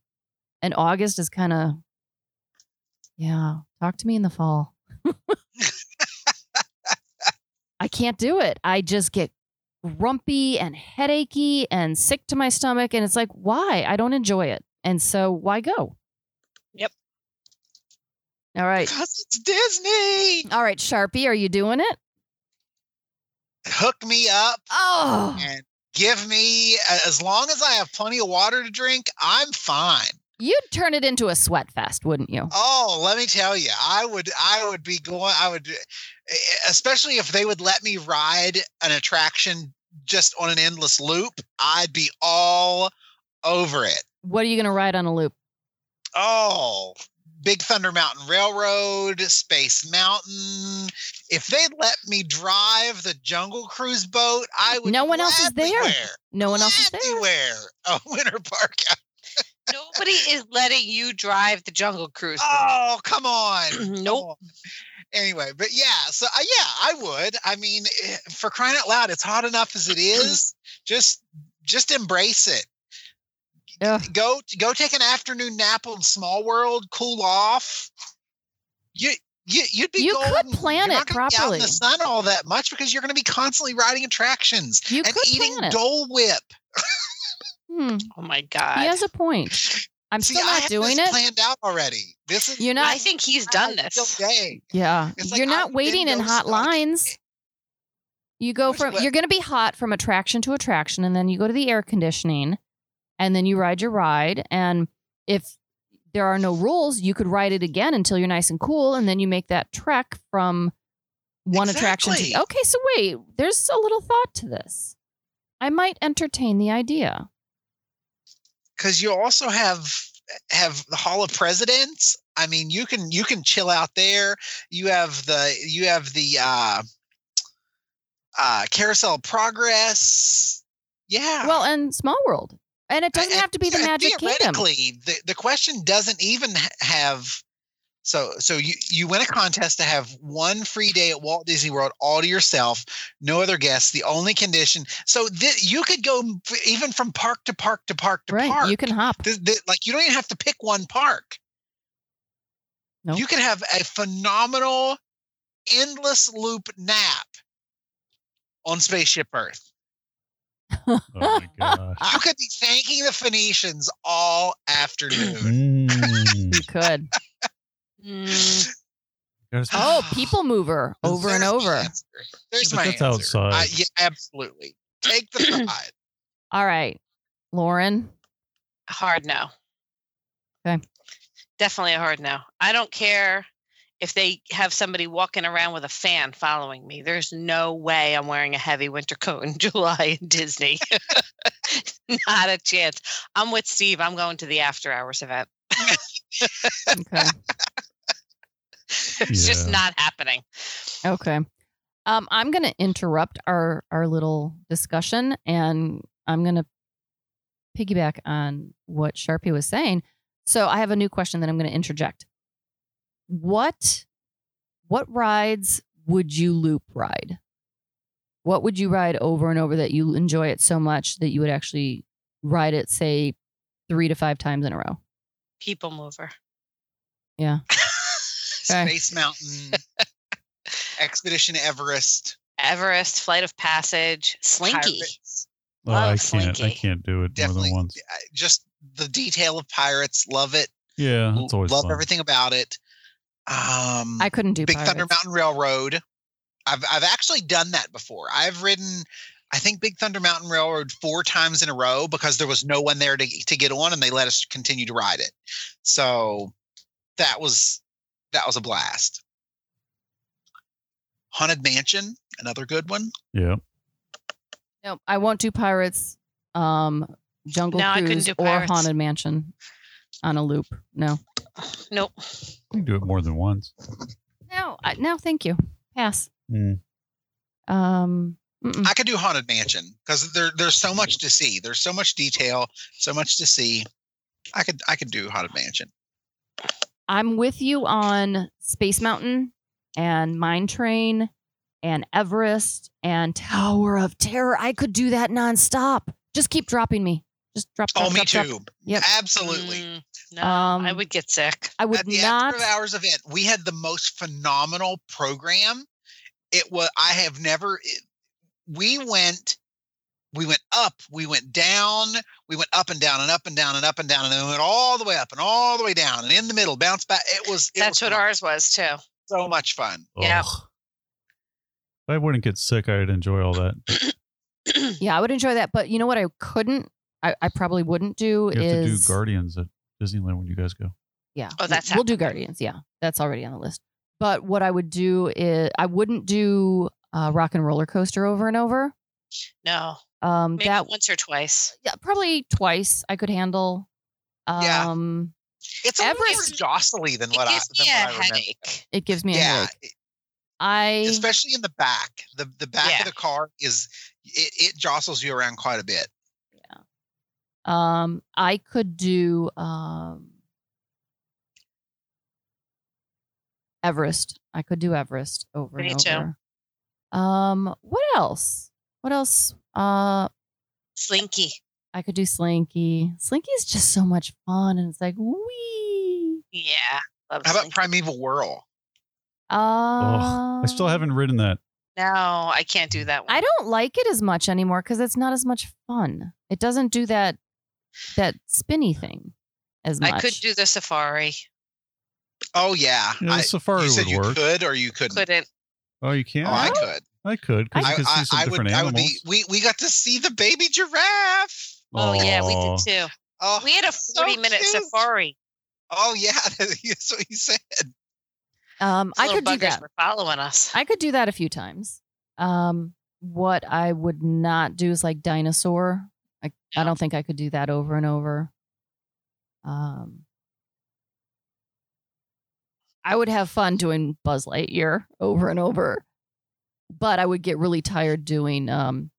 A: and August is kind of, yeah. Talk to me in the fall. I can't do it. I just get grumpy and headachy and sick to my stomach. And it's like, why? I don't enjoy it. And so why go?
D: Yep.
A: All right.
C: Because it's Disney.
A: All right, Sharpie, are you doing it?
C: Hook me up
A: Oh,
C: and give me, a- as long as I have plenty of water to drink, I'm fine.
A: you'd turn it into a sweat fest, wouldn't you?
C: Oh, let me tell you, I would, I would be going, I would, eh, especially if they would let me ride an attraction just on an endless loop, I'd be all over it.
A: What are you going to ride on a loop?
C: Oh, Big Thunder Mountain Railroad, Space Mountain. If they'd let me drive the Jungle Cruise boat, I would.
A: No one else is
C: gladly
A: there.
C: Wear,
A: No one else is there.
C: Anywhere a winter park. out-
D: Nobody is letting you drive the Jungle Cruise.
C: Oh, come on.
D: nope.
C: Oh. Anyway, but yeah, so uh, yeah, I would. I mean, eh, for crying out loud, it's hot enough as it is. just, just embrace it.
A: Ugh.
C: Go, go take an afternoon nap on Small World. Cool off. You, you, you'd be.
A: You could
C: golden.
A: plan
C: You're
A: it
C: not gonna be out in
A: properly.
C: the sun all that much because you're going to be constantly riding attractions
A: You
C: and
A: could
C: eating
A: plan it.
C: Dole Whip.
A: Hmm,
D: Oh my god.
A: he has a point. I'm
C: See,
A: still
C: I
A: not
C: have
A: doing
C: this
A: it.
C: planned out already. This is.
A: You're
D: I
A: not.
D: think he's done
C: my ideal
D: this.
C: Day.
A: Yeah,
C: It's like
A: you're not
C: I'm
A: waiting in
C: window
A: hot
C: stuck.
A: lines. You go
C: Which
A: from
C: way-
A: you're going to be hot from attraction to attraction, and then you go to the air conditioning, and then you ride your ride. And if there are no rules, you could ride it again until you're nice and cool, and then you make that trek from one attraction to
C: Exactly.
A: okay. So wait, there's a little thought to this. I might entertain the idea.
C: because you also have have the Hall of Presidents. I mean, you can you can chill out there. You have the you have the uh, uh, Carousel of Progress. Yeah.
A: Well, and Small World, and it doesn't
C: And-
A: have to be the
C: yeah,
A: Magic Kingdom.
C: Theoretically, the, the question doesn't even ha- have. So so you you win a contest to have one free day at Walt Disney World all to yourself, no other guests. The only condition. So thi- you could go f- even from park to park to park to
A: Right?
C: park.
A: You can hop.
C: Th- th- like you don't even have to pick one park.
A: Nope.
C: You could have a phenomenal endless loop nap on spaceship Earth.
B: Oh my gosh.
A: Ah.
C: You could be thanking the Phoenicians all afternoon.
B: Mm.
A: You could.
D: Mm,
B: Gotta stop-
A: Oh, people mover over and
C: Ah, There's
A: over.
C: my answer. There's
B: But
C: my
B: that's
C: answer.
B: outside.
C: I- yeah, absolutely. Take the pride.
A: All right, Lauren.
D: hard no.
A: Okay.
D: Definitely a hard no. I don't care if they have somebody walking around with a fan following me. There's no way I'm wearing a heavy winter coat in July in Disney. Not a chance. I'm with Steve. I'm going to the after hours event.
A: Okay.
D: It's just
B: Yeah.
D: not happening.
A: okay. Um, I'm going to interrupt our our little discussion, and I'm going to piggyback on what Sharpie was saying. So I have a new question that I'm going to interject. What what rides would you loop ride? What would you ride over and over that you enjoy it so much that you would actually ride it, say, three to five times in a row?
D: People mover.
A: Okay.
C: Space Mountain, Expedition Everest,
D: Everest, Flight of Passage, Slinky.
C: Pirates.
B: Oh, I
D: love
B: can't. I
D: Slinky.
B: can't do it more
C: Definitely.
B: than once.
C: I- Just the detail of pirates. Love it.
B: Yeah, that's always
C: love
B: fun.
C: everything about it. Um,
A: I couldn't do
C: Big Thunder
A: Pirates.
C: Mountain Railroad. I've I've actually done that before. I've ridden, I think Big Thunder Mountain Railroad four times in a row because there was no one there to to get on, and they let us continue to ride it. So that was that was a blast. Haunted Mansion, another good one.
B: Yeah.
A: No, I won't do Pirates, um, Jungle
D: No, I couldn't
A: Cruise,
D: do
A: or
D: Pirates.
A: Haunted Mansion on a loop. No,
D: Nope.
B: I can do it more than once.
A: no, I, no. Thank you. Pass.
B: Mm.
A: Um, mm-mm.
C: I could do Haunted Mansion because there there's so much to see. There's so much detail, so much to see. I could I could do Haunted Mansion.
A: I'm with you on Space Mountain and Mine Train and Everest and Tower of Terror. I could do that nonstop. Just keep dropping me. Just drop. drop
C: Oh, me
A: drop, drop.
C: too.
A: Yep.
C: Absolutely.
D: Mm, no, I
A: Um,
D: would get sick.
A: I would
C: At the
A: not.
C: after hours event, we had the most phenomenal program. It was I have never it- we went we went up, we went down, we went up and down and up and down and up and down, and then we went all the way up and all the way down and in the middle, bounced back. It was it
D: That's
C: was
D: what ours was too.
C: so much fun.
D: Yeah.
B: Ugh. If I wouldn't get sick, I'd enjoy all that.
A: Yeah, I would enjoy that. But you know what I couldn't, I, I probably wouldn't do
B: You have to do
A: is.
B: Guardians at Disneyland when you guys go.
A: Yeah.
D: Oh, that's
A: we'll do
D: happening.
A: Guardians. Yeah, that's already on the list. But what I would do is I wouldn't do uh, Rock and Roller Coaster over and over.
D: No,
A: Um,
D: maybe
A: that
D: once or twice.
A: yeah, probably twice I could handle.
C: Yeah.
A: Um,
C: It's a little more
A: Everest-
C: jostly than
D: It
C: what I
D: gives
C: than
D: me a
C: what I remember.
D: headache.
A: it gives me a
C: Yeah,
A: headache. I
C: especially in the back. The the back
D: Yeah.
C: of the car is it, it jostles you around quite a bit.
A: um I could do um Everest. I could do Everest over
D: Me
A: and
D: too.
A: over. Um, what else? What else? Uh,
D: Slinky.
A: I could do Slinky. Slinky's just so much fun, and it's like wee.
D: Yeah. Love
C: How about
D: Slinky.
C: Primeval Whirl?
A: Uh,
B: I still
A: Um,
B: haven't ridden that.
D: no, I can't do that one.
A: I don't like it as much anymore because it's not as much fun. It doesn't do that that spinny thing as much.
D: I could do the safari.
C: Oh yeah,
B: Yeah,
C: I,
B: safari
C: you said
B: would
C: you
B: work.
C: could or you couldn't.
D: Couldn't.
B: Oh, you can't.
C: Oh, I
A: No?
C: could.
B: I could because
C: I,
B: you could
C: I-
B: see some
C: I would.
B: different
C: I would
B: animals.
C: be. We we got to see the baby giraffe.
D: Oh, yeah, we
B: Aw.
D: did too.
C: Oh,
D: We had a
C: so
D: 40 minute
C: cute.
D: safari.
C: Oh yeah, that's what he said.
A: Um,
D: I
A: I could do
D: buggers
A: that.
D: were following us.
A: I could do that a few times. Um, what I would not do is like dinosaur. I, I don't think I could do that over and over. Um, I would have fun doing Buzz Lightyear over and over, but I would get really tired doing um,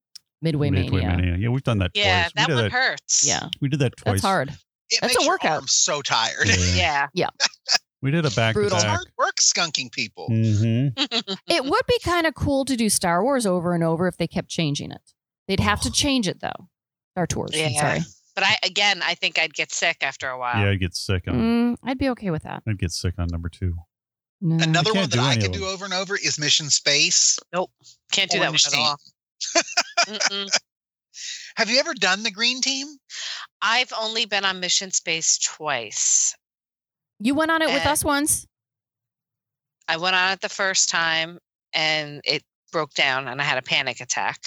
A: Midway, Mania.
B: Yeah, we've done that
D: yeah,
B: twice.
D: that
B: we did
D: one
B: that.
D: hurts.
A: Yeah,
B: We did that twice.
A: that's hard.
C: It
A: That's
C: makes
A: a
C: your
A: workout.
C: arms so tired.
D: Yeah.
B: We did a back to
A: Brutal.
C: It's
B: back.
C: hard work skunking people.
B: hmm
A: It would be kind of cool to do Star Wars over and over if they kept changing it. They'd have to change it though. Star Tours. I'm
D: Yeah.
A: sorry.
D: But I again, I think I'd get sick after a while.
B: Yeah, I'd get sick on.
A: Mm, I'd be okay with that.
B: I'd get sick on number two.
A: No.
C: Another
B: You
C: one
B: can't
C: that
B: do
C: I
B: any
C: could
B: of
C: do
B: them.
C: over and over is Mission Space.
D: Can't do that one
C: Orange
D: at all. Mm-mm.
C: Have you ever done the Green Team?
D: I've only been on Mission Space twice.
A: You went on it with
D: Uh,
A: us once.
D: I went on it the first time and it broke down and I had a panic attack.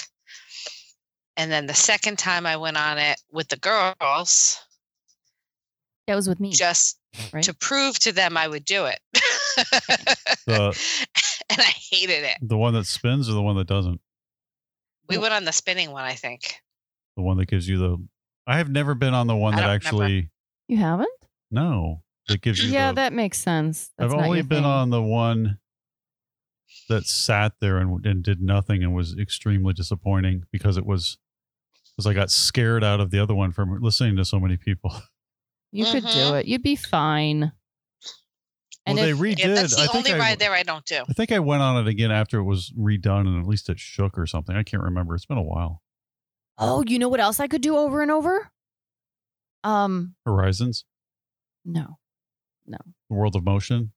D: And then the second time I went on it with the girls
A: That was with me.
D: just
A: Hmm. Right?
D: to prove to them I would do it.
B: The
D: and I hated it.
B: the one that spins or the one that doesn't.
D: We went on the spinning one, I think.
B: The one that gives you the. I have never been on the one
D: I
B: that
D: don't remember.
B: actually
A: you haven't?
B: no that gives you.
A: Yeah,
B: the,
A: that makes sense. That's
B: I've
A: not
B: only
A: your
B: been
A: thing.
B: on the one that sat there and, and did nothing and was extremely disappointing because it was because I got scared out of the other one from listening to so many people.
A: You could do
D: Mhm.
A: it. You'd be fine. And
B: well,
A: if-
B: they redid.
D: Yeah, that's the
B: I think
D: only
B: I,
D: ride there I don't do.
B: I think I went on it again after it was redone and at least it shook or something. I can't remember. It's been a while.
A: oh, you know what else I could do over and over? Um,
B: Horizons,
A: no.
B: the World of Motion.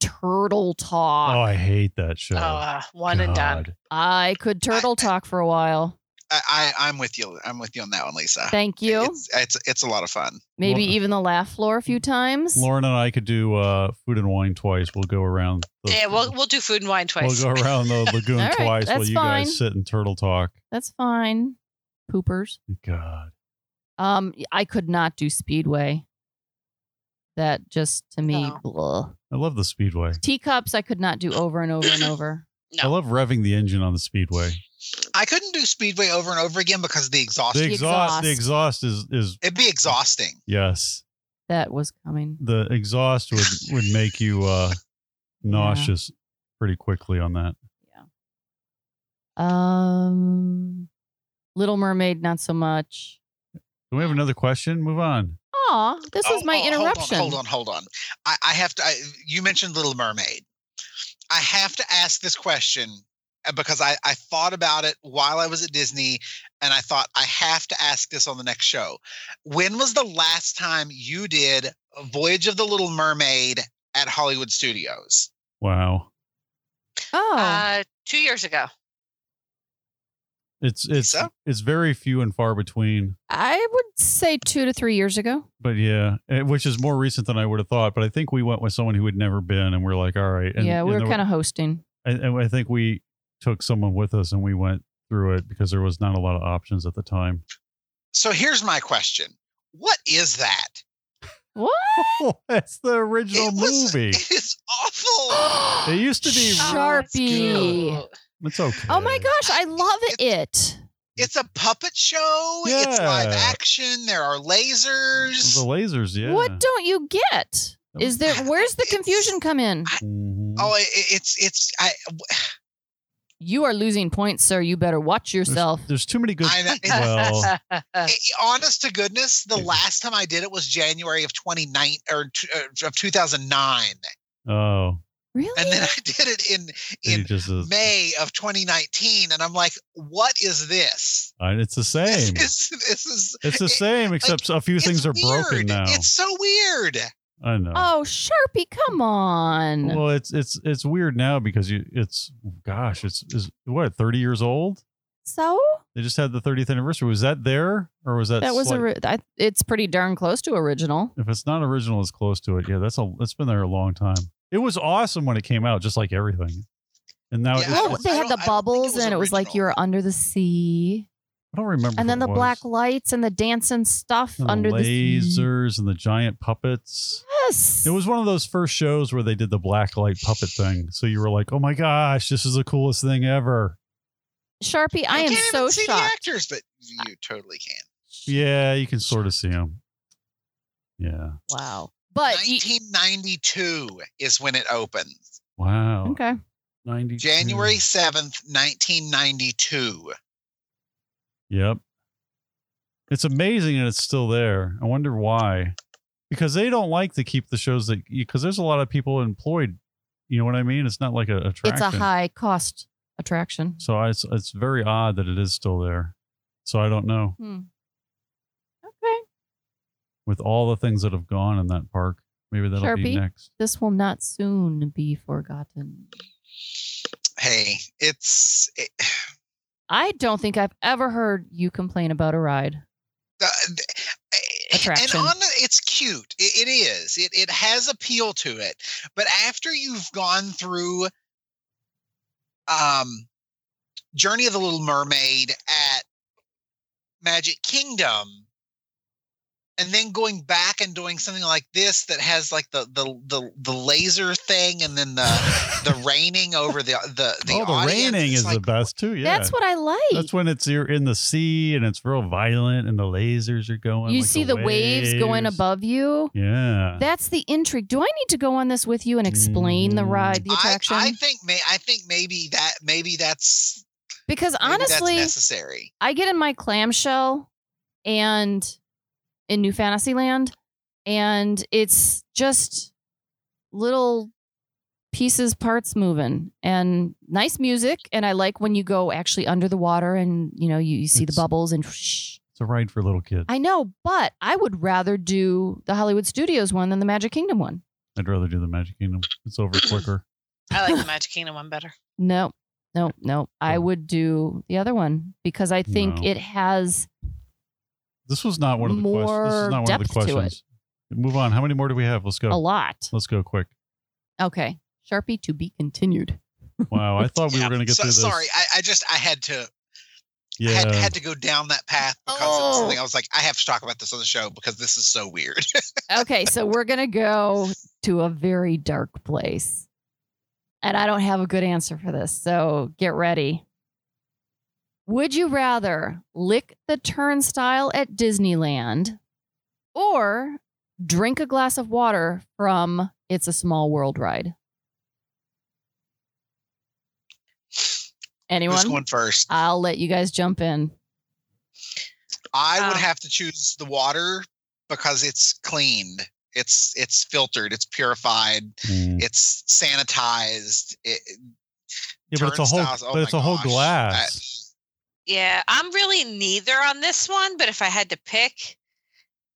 A: Turtle
B: Oh,
A: talk.
B: I hate that show.
D: Oh, uh, one and done.
B: God.
A: I could turtle talk for a while.
C: I, I I'm with you. I'm with you on that one, Lisa.
A: Thank you.
C: It's, it's it's a lot of fun.
A: Maybe
B: Laura- Mm.
A: even the laugh floor a few times.
B: Lauren and I could do uh, food and wine twice. We'll go around. The,
D: Yeah, we'll we'll do food and wine
B: we'll
D: twice.
B: go around the lagoon
A: All right,
B: twice while
A: that's
B: you
A: fine.
B: guys sit and turtle talk.
A: That's fine. Poopers.
B: God,
A: Um, I could not do speedway. That just to me,
D: No.
A: bleh.
B: I love the speedway.
A: teacups I could not do over and over and over.
B: I
D: No.
B: love revving the engine on the speedway.
C: I couldn't do Speedway over and over again because of the exhaust.
B: The exhaust, the exhaust is is
C: It'd be exhausting.
B: yes.
A: That was coming.
B: The exhaust would would make you uh, nauseous pretty quickly on that.
A: Um, Little Mermaid, not so much.
B: Do we have another question? Move on.
A: Aw, this was
C: Oh,
A: my
C: oh,
A: interruption.
C: Hold on, hold on, hold on. I, I have to. I, you mentioned Little Mermaid. I have to ask this question uh, because I, I thought about it while I was at Disney, and I thought I have to ask this on the next show. When was the last time you did Voyage of the Little Mermaid at Hollywood Studios?
B: Wow.
A: Oh,
D: Uh, two years ago.
B: It's it's
C: so?
B: it's very few and far between.
A: I would say two to three years ago.
B: But yeah, eh, which is more recent than I would have thought. But I think we went with someone who had never been, and we're like, all right. And,
A: yeah, we were
B: and there-
A: kind of hosting.
B: And, and I think we took someone with us, and we went through it because there was not a lot of options at the time.
C: So here's my question. What is that?
A: What?
B: Oh, That's the original
C: It was-
B: movie.
C: It's awful.
B: It used to be.
A: Shut Sharpie.
B: It's okay.
A: Oh my gosh, I love it.
C: It's a puppet show. It's live
B: Yeah.
C: action. There are lasers.
B: The lasers, yeah.
A: What don't you get? Is there where's the
C: It's-
A: confusion come in?
B: Mhm.
C: Oh, i- i- it's it's I
A: You are losing points, sir. You better watch yourself.
B: There's too many good.
C: I know.
B: well, Oh.
C: i- honest to goodness, the
B: Yeah.
C: last time I did it was January of 29 or t- uh, of 2009.
B: oh,
A: Really?
C: And then I did it in
B: it
C: in
B: just is-
C: May of 2019 and I'm like, "What is this?"
B: I- it's the
C: This
B: same.
C: is this is
B: It's the
C: it-
B: same, except a few
C: it's
B: things are broken
C: weird.
B: now.
C: It's so weird.
B: I know.
A: oh, Sharpie, come on.
B: well, it's it's it's weird now because you it's gosh, it's is what thirty years old.
A: so
B: They just had the thirtieth anniversary. Was that there or was that
A: that was
B: slight-
A: a. I, it's pretty darn close to original.
B: if it's not original, it's close to it. Yeah, that's a it's been there a long time. It was awesome when it came out, just like everything. And now
C: Yeah,
B: it,
C: I
A: Well,
C: don't-
A: Oh, they
C: I
A: had
C: don't- I don't
A: the
C: think it
A: bubbles,
C: was
A: and it was like
C: original.
A: you were under the sea,
B: I don't remember.
A: and
B: if
A: then
B: it
A: the black
B: was.
A: lights and the dancing stuff
B: And the
A: under the sea.
B: lasers and the giant puppets.
A: Yes,
B: It was one of those first shows where they did the black light puppet thing. So you were like, "Oh my gosh, this is the coolest thing ever."
A: Sharpie. I
C: You
A: am
C: can't
A: so
C: even see the
A: shocked.
C: actors, but you totally can.
B: Yeah, you can sort of see them. Yeah.
A: Wow, but y-
C: 1992 is when it opened.
B: Wow.
A: okay.
B: 92. Mm.
C: January 7th, 1992.
B: Yep. It's amazing that it's still there. I wonder why. Because they don't like to keep the shows that because there's a lot of people employed. You know what I mean? It's not like a
A: It's
B: attraction.
A: a high cost attraction.
B: so I, it's it's very odd that it is still there. So I don't know
A: Hmm. Okay.
B: with all the things that have gone in that park. Maybe that'll be
A: Sharpie?
B: next.
A: This will not soon be forgotten.
C: Hey, it's it,
A: I don't think I've ever heard you complain about a ride.
C: uh,
A: Attraction.
C: And on the, it's cute. It, it is. It it has appeal to it. But after you've gone through um Journey of the Little Mermaid at Magic Kingdom and then going back and doing something like this that has like the the the, the laser thing and then the Uh, the raining over the the the,
B: oh, the
C: audience,
B: raining
C: it's
B: is the
C: like,
B: best too. Yeah,
A: That's what I like.
B: That's when it's you're in the sea and it's real violent and the lasers are going.
A: you
B: like
A: see the waves. going above you.
B: Yeah,
A: That's the intrigue. Do I need to go on this with you and explain the
B: Mm.
A: ride, the
C: I,
A: attraction?
C: I think may I think maybe that maybe that's
A: because
C: maybe
A: honestly,
C: that's necessary.
A: I get in my clamshell and in New Fantasyland, and it's just little pieces, parts moving, and nice music. And I like when you go actually under the water and you know you, you see
B: It's-
A: the bubbles and. Whoosh.
B: it's a ride for little kids. I,
A: I know, but I would rather do the Hollywood Studios one than the Magic Kingdom one.
B: would rather do the Magic Kingdom. It's over quicker.
D: I like the Magic Kingdom one better.
A: No, no, no. I
B: Oh.
A: would do the other one because I think
B: No.
A: it has
B: This was not one of the questions. This
A: More
B: is not one of the
A: depth to it.
B: questions. Move on. How many more do we have? Let's
A: a
B: go.
A: lot.
B: Let's go quick.
A: Okay. Sharpie to be continued.
B: Wow, I thought we
C: Yeah.
B: were going to get
C: So-
B: through this.
C: Sorry, I, I just I had to I
B: Yeah.
C: had, had to go down that path because it was
A: Oh.
C: something I was like I have to talk about this on the show because this is so weird.
A: okay, so we're gonna go to a very dark place, and I don't have a good answer for this, so get ready. Would you rather lick the turnstile at Disneyland, or drink a glass of water from It's a Small World ride?
C: Who's
A: Anyone?
C: going first?
A: I'll let you guys jump in.
C: I would
A: Oh.
D: Um,
C: have to choose the water because it's cleaned. It's it's filtered. It's purified.
B: Mm.
C: It's sanitized. It,
B: Yeah, but it's a
C: turnstiles,
B: whole,
C: oh
B: but it's
C: my
B: a whole
C: gosh,
B: glass.
D: Yeah, I'm really neither on this one, but if I had to pick,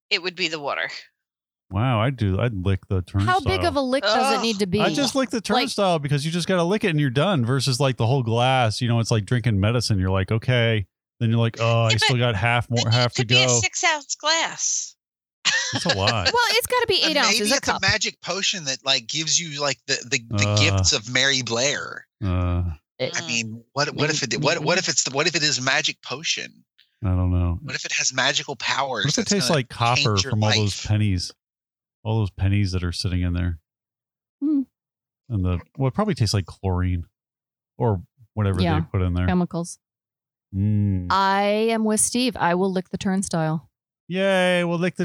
D: it would be the water.
B: wow, I'd do. I'd lick the turnstile.
A: How big of a lick does it
D: Ugh.
A: need to be?
B: I just lick the
A: Like-
B: turnstile because you just got to lick it and you're done versus like the whole glass. You know, it's like drinking medicine. You're like, okay, Then you're like, oh, I
D: Yeah, but
B: still got half more, half to
D: could be a
B: go.
D: six ounce glass.
B: It's a lot.
A: Well, it's got to be
C: But
A: eight
C: maybe
A: ounces a
C: it's
A: cup.
C: a magic potion that like gives you like the the, the
B: Uh.
C: gifts of Mary Blair.
B: Uh,
C: I mean, what what if it what what if it's the what if it is magic potion?
B: I don't know.
C: What if it has magical powers?
B: What if it
C: that's
B: tastes
C: gonna-
B: like copper
C: your
B: from all those
C: life?
B: pennies? All those pennies that are sitting in there.
A: Hmm.
B: And the well, it probably tastes like chlorine or whatever
A: Yeah.
B: they put in there.
A: Chemicals.
B: Mm.
A: I am with Steve. I will lick the turnstile.
B: Yay, we'll lick the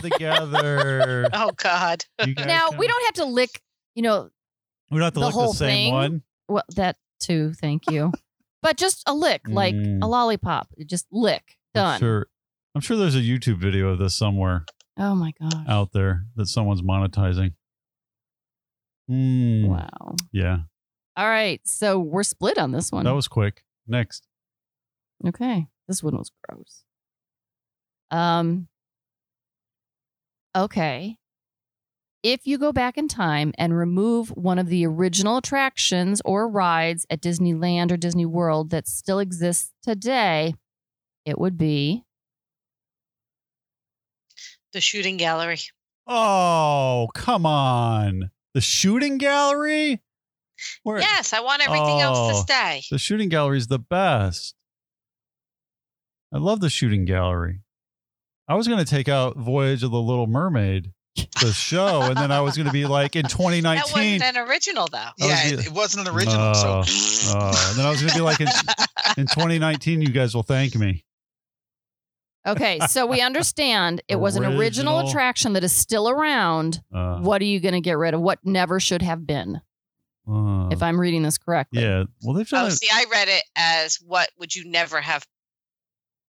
B: together.
D: Oh God.
B: You guys
A: Now,
B: can-
A: we don't have to lick, you know,
B: we don't have to
A: the
B: lick
A: whole
B: the same
A: thing.
B: one.
A: Well, that too. Thank you. but just a lick, like
B: Mm.
A: a lollipop. Just lick. Done.
B: I'm sure I'm sure there's a YouTube video of this somewhere
A: Oh my gosh.
B: out there that someone's monetizing. Mm,
A: Wow.
B: Yeah.
A: All right. So we're split on this one.
B: That was quick. Next.
A: okay. This one was gross. Um. Okay. If you go back in time and remove one of the original attractions or rides at Disneyland or Disney World that still exists today, it would be
D: The shooting gallery.
B: Oh, come on. The shooting gallery? Where
D: Yes, I want everything else
B: Oh.
D: to stay.
B: the shooting gallery is the best. I love the shooting gallery. I was gonna take out Voyage of the Little Mermaid, the show, and then I was gonna be like in twenty
D: That
B: nineteen.
D: wasn't an original though. Oh,
B: That was
C: Yeah,
B: the-
C: it, it wasn't an original.
B: Oh,
C: so
B: Oh, and then I was gonna be like in, in 2019. You guys will thank me.
A: Okay, so we understand it was an original
B: Original.
A: attraction that is still around.
B: Uh,
A: What are you going to get rid of? What never should have been,
B: uh,
A: if I'm reading this correctly?
B: yeah, well they've
D: Oh,
B: done it.
D: see, I read it as what would you never have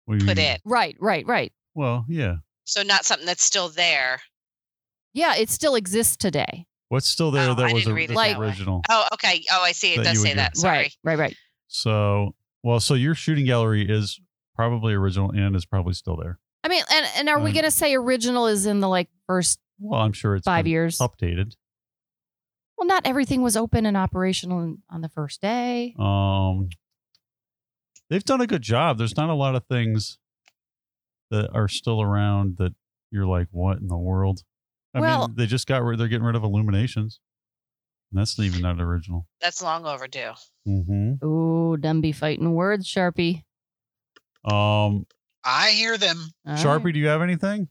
B: What do you
D: put
B: mean?
D: in?
A: Right, right, right.
B: Well, yeah.
D: So not something that's still there.
A: Yeah, it still exists today.
B: What's still there
D: Oh,
B: that
D: I
B: was
D: didn't
B: a,
D: read it
B: that's
A: that
D: way.
B: original?
D: Oh, okay. Oh, I see.
B: That
D: It
B: you
D: does
B: would
D: say
B: get.
D: that. Sorry.
A: Right, right, right.
B: So, well, so your shooting gallery is probably original and is probably still there.
A: I mean, and, and are we
B: Um,
A: going to say original is in the like first
B: Well, I'm sure it's
A: five
B: been
A: years?
B: updated.
A: Well, not everything was open and operational in- on the first day.
B: Um, they've done a good job. There's not a lot of things that are still around that you're like, what in the world? I
A: Well-
B: mean, they just got rid. They're getting rid of Illuminations. And that's even not original.
D: That's long overdue.
B: Mm-hmm.
A: Ooh, don't be fighting words, Sharpie.
B: Um,
C: I hear them.
A: All right.
B: Sharpie, do you have anything?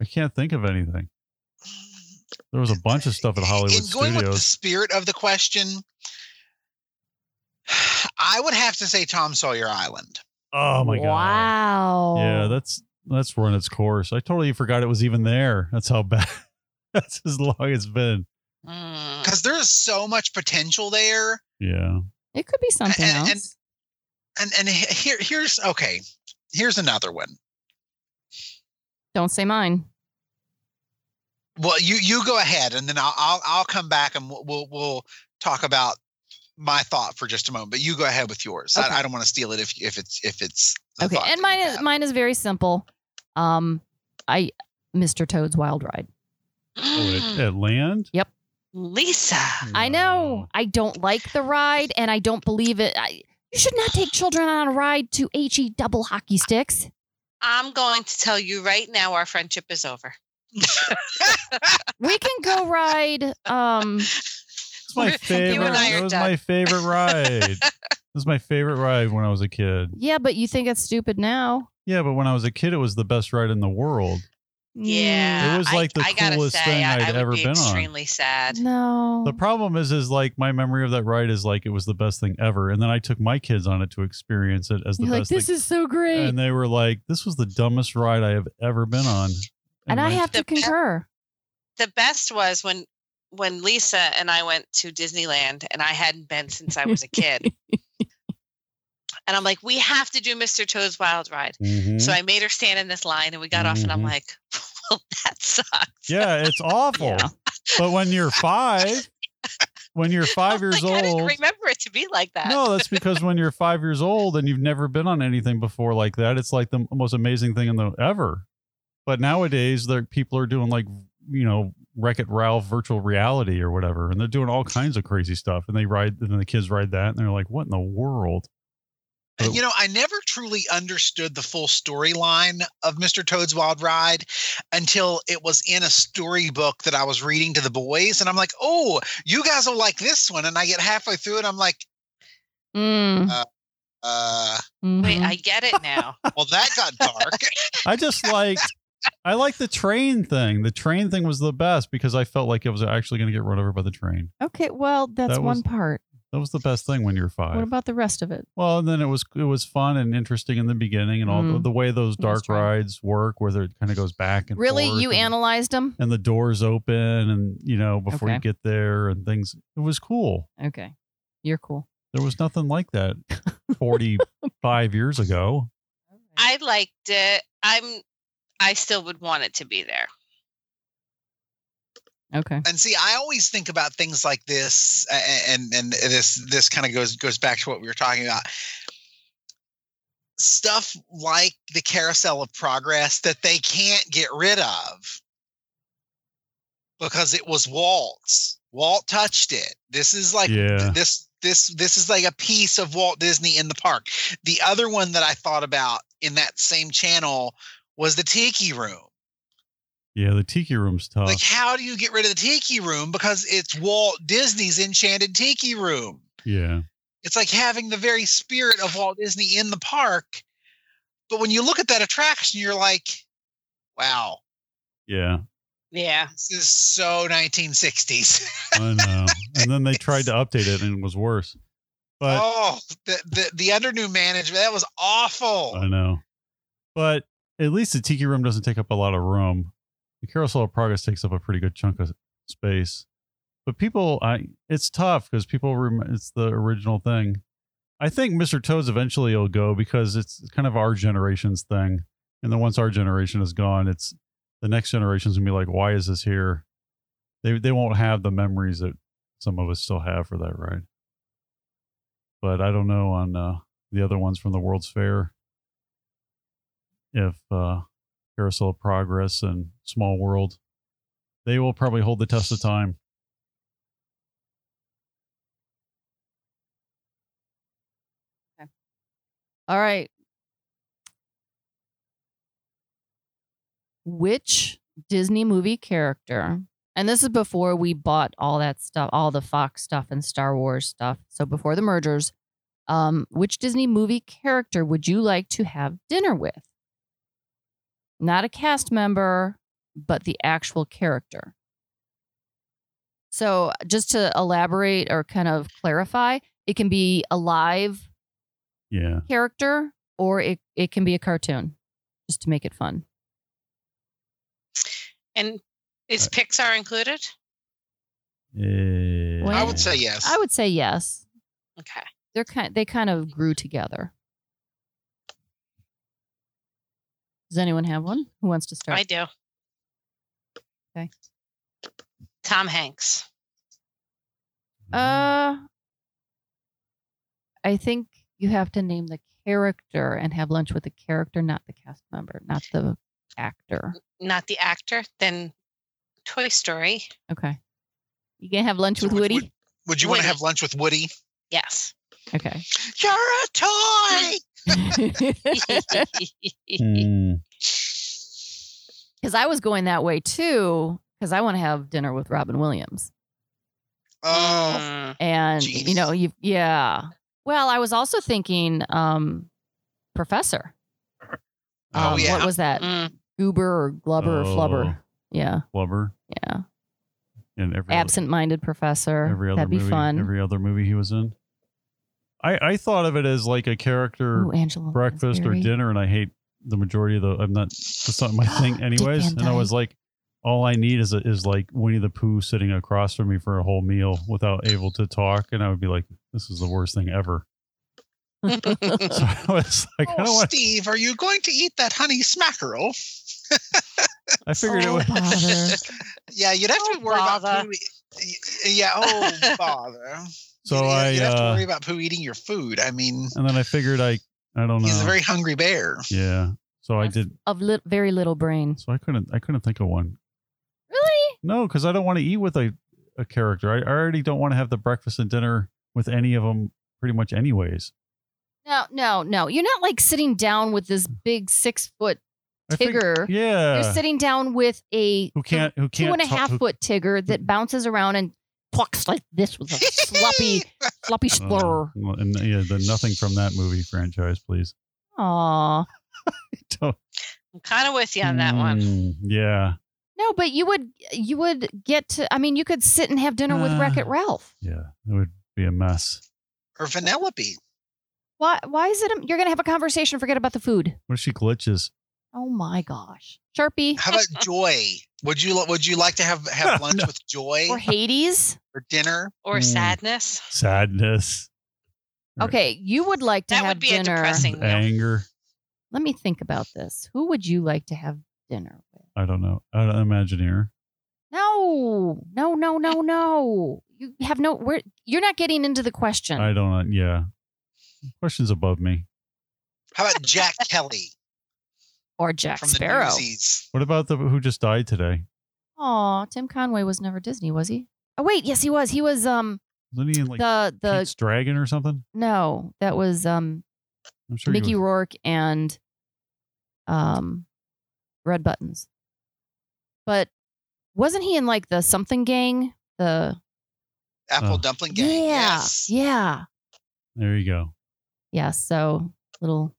B: I can't think of anything. There was a bunch of stuff at Hollywood
C: In going with the
B: Studios.
C: spirit of the question, I would have to say Tom Sawyer Island.
B: Oh my god!
A: Wow.
B: Yeah, that's that's run its course. I totally forgot it was even there. That's how bad. that's as long it's been.
D: Mm.
C: Because there's so much potential there.
B: Yeah.
A: It could be something
C: And- and-
A: else.
C: And and he- here here's okay. Here's another one.
A: Don't say mine.
C: Well, you you go ahead, and then I'll I'll, I'll come back, and we'll, we'll we'll talk about my thought for just a moment. But you go ahead with yours.
A: Okay.
C: I, I don't want to steal it if if it's if it's the
A: Okay,
C: thought that
A: and
C: you
A: mine is
C: have.
A: mine is very simple. Um, I Mr. Toad's Wild Ride.
B: Oh, it, it land.
D: Mm. Lisa.
A: I know I don't like the ride, and I don't believe it. I, you should not take children on a ride to he double hockey sticks.
D: I'm going to tell you right now our friendship is over.
A: We can go ride. Um,
B: It's my favorite.
D: You and I
B: that
D: are
B: was
D: done.
B: my favorite ride. It was my favorite ride when I was a kid.
A: yeah, but you think it's stupid now?
B: Yeah, but when I was a kid, it was the best ride in the world.
D: Yeah.
B: It was
D: I-
B: like the
D: I, gotta
B: coolest
D: say,
B: thing
D: I,
B: I'd
D: I would
B: ever
D: be
B: been on.
D: extremely sad.
A: No.
B: Mm. The problem is, is like my memory of that ride is like it was the best thing ever, and then I took my kids on it to experience it as the
A: You're like
B: best
A: this
B: thing,
A: is so great,
B: and
A: and,
B: they were like, "This was the dumbest ride I have ever been on."
A: I
B: my-
A: have to
D: The best-
A: concur.
D: The best was when when Lisa and I went to Disneyland and I hadn't been since I was a kid. and I'm like, we have to do Mr. Toad's Wild Ride.
B: Mhm.
D: So I made her stand in this line and we got off and I'm
B: Mhm.
D: like, well, that sucks.
B: yeah, it's awful.
A: Yeah.
B: But when you're five, when you're five years
D: like, I didn't
B: old,
D: remember it to be like that.
B: No, that's because when you're five years old and you've never been on anything before like that, it's like the most amazing thing in the ever. But nowadays, there people are doing like you know Wreck It Ralph virtual reality or whatever, and they're doing all kinds of crazy stuff. And they ride, and then the kids ride that, and they're like, "What in the world?" Oh.
C: You know, I never truly understood the full storyline of Mr. Toad's Wild Ride until it was in a storybook that I was reading to the boys. And I'm like, oh, you guys will like this one. And I get halfway through it. I'm like,
A: Mm,
C: uh,
D: Wait,
A: mhm.
D: I get it now.
C: well, that got dark.
B: I just liked I liked the train thing. The train thing was the best because I felt like it was actually going to get run over by the train.
A: okay, well, that's
B: That
A: one
B: was-
A: part.
B: That was the best thing when you're five.
A: What about the rest of it?
B: well, and then it was it was fun and interesting in the beginning and all
A: Mm.
B: the way those
A: That was
B: dark
A: true.
B: rides work, where it kind of goes back and
A: Really,
B: forth
A: you
B: and,
A: analyzed them?
B: and the doors open and you know before you
A: Okay.
B: get there and things. It was cool.
A: Okay, you're cool.
B: There was nothing like that 45 years ago.
D: I liked it. I'm. I still would want it to be there.
A: okay.
C: and see i always think about things like this a- a- and and this this kind of goes goes back to what we were talking about stuff like the carousel of progress that they can't get rid of because it was walt's walt touched it this is like
B: Yeah.
C: this this this is like a piece of Walt Disney in the park. The other one that I thought about in that same channel was the Tiki Room.
B: Yeah, the tiki room's tough.
C: Like, how do you get rid of the tiki room? Because it's Walt Disney's enchanted tiki room.
B: yeah.
C: It's like having the very spirit of Walt Disney in the park. But when you look at that attraction, you're like, wow,
B: Yeah.
D: Yeah.
C: this is so 1960s.
B: I know. And then they tried to update it and it was worse. But
C: oh, the, the, the under new management, that was awful.
B: I know. But at least the tiki room doesn't take up a lot of room. The carousel of progress takes up a pretty good chunk of space. But people, I it's tough because people, rem- it's the original thing. I think Mr. Toad's eventually will go because it's kind of our generation's thing. And then once our generation is gone, it's the next generation's gonna be like, why is this here? They they won't have the memories that some of us still have for that ride. But I don't know on uh, the other ones from the World's Fair if uh, Carousel of Progress and Small World, they will probably hold the test of time.
A: All right. Which Disney movie character? And this is before we bought all that stuff, all the Fox stuff and Star Wars stuff. So before the mergers, um, which Disney movie character would you like to have dinner with? Not a cast member, but the actual character. So just to elaborate or kind of clarify, it can be a live
B: Yeah.
A: character or it, it can be a cartoon just to make it fun.
D: And is
B: Uh,
D: Pixar included?
B: Eh,
A: Well-
C: I would say yes.
A: I would say yes.
D: Okay.
A: They're kind they kind of grew together. Does anyone have one? Who wants to start?
D: I do.
A: Okay.
D: Tom Hanks.
A: uh I think you have to name the character and have lunch with the character, not the cast member, not the actor.
D: Not the actor. Then Toy Story.
A: Okay. You gonna have lunch
C: So
A: with
C: which
A: Woody?
C: would- Would you want to
D: Woody.
C: have lunch with Woody?
D: Yes.
A: okay.
C: You're a toy.
B: hmm.
A: Because I was going that way too, because I want to have dinner with Robin Williams.
C: Oh,
D: Mm,
A: and you
C: Jeez.
A: know you yeah well i was also thinking um professor
B: Oh,
A: um,
C: yeah.
A: what was that
D: mm.
A: goober or glubber or flubber
B: Oh.
A: yeah
B: Flubber
A: yeah
B: and every
A: absent-minded professor
B: other, every other
A: that'd be
B: movie,
A: fun
B: every other movie he was in. I I thought of it as like a character
A: Ooh, Angela
B: breakfast or
A: Lansbury.
B: dinner, and I hate the majority of the. I'm not. That's not my thing,
A: Dick
B: anyways.
A: Van
B: And I was like, all I need is a, is like Winnie the Pooh sitting across from me for a whole meal without able to talk, and I would be like, this is the worst thing ever. So I was like, I don't
C: oh,
B: want.
C: Steve, are you going to eat that honey smackerel?
B: I figured it
A: Oh,
B: was.
A: bother.
C: Yeah, you'd have
D: Oh,
C: to worry about
D: bother.
C: poo. e- Yeah, oh bother.
B: So
C: you'd,
B: I.
C: you'd have to
B: Uh,
C: worry about poo eating your food. I mean,
B: and then I figured I. I don't know.
C: he's a very hungry bear.
B: yeah. So I
A: That's-
B: did.
A: of lit very little brain
B: So I couldn't. I couldn't think of one.
A: really
B: No, because I don't want to eat with a, a character. I, I already don't want to have the breakfast and dinner with any of them, pretty much, anyways.
A: No, no, no. You're not like sitting down with this big six foot
B: I think-
A: tigger.
B: yeah.
A: You're sitting down with a
B: who can't? Who
A: two
B: can't?
A: and a half
B: talk- who-
A: foot tigger that bounces around and plucks like this with a sloppy, sloppy
B: I don't know.
A: slur.
B: Well, and yeah, the nothing from that movie franchise, please.
A: Aw.
B: Don't-
D: I'm kind of with you on that one.
B: Mm, Yeah.
A: No, but you would you would get to. I mean, you could sit and have dinner with
B: Uh.
A: Wreck It Ralph.
B: Yeah. It would be a mess.
C: or Vanellope.
A: Why? Why is it? You're gonna have a conversation. Forget about the food.
B: What if she glitches?
A: Oh my gosh, Sharpie
C: How about Joy? Would you li- would you like to have have lunch
B: No.
C: with Joy
A: or Hades?
C: for dinner?
D: Or
B: Mm.
D: sadness.
B: Sadness. Right.
A: Okay, you would like to
D: That would
A: have
D: be a
A: dinner.
D: depressing- Single.
B: Anger.
A: Let me think about this. Who would you like to have dinner with?
B: I don't know. I don't imagine her.
A: No, no, no, no, no. You have no. We're, you're not getting into the question.
B: I don't know. Yeah. Questions above me.
C: How about Jack Kelly
A: or Jack
C: from
A: Sparrow.
C: the
D: e-
C: Newsies?
B: What about the who just died today?
A: Aw, Tim Conway was never Disney, was he? Oh wait, yes, he was. He was um
B: Wasn't he in like
A: the the
B: Pete's Dragon or something?
A: no, that was um
B: I'm sure
A: Mickey
B: he was.
A: Rourke and um Red Buttons. But wasn't he in like the something gang? The
C: Apple
B: Oh.
C: Dumpling Gang.
A: yeah,
C: Yes.
A: yeah,
B: There you go.
A: yeah. So little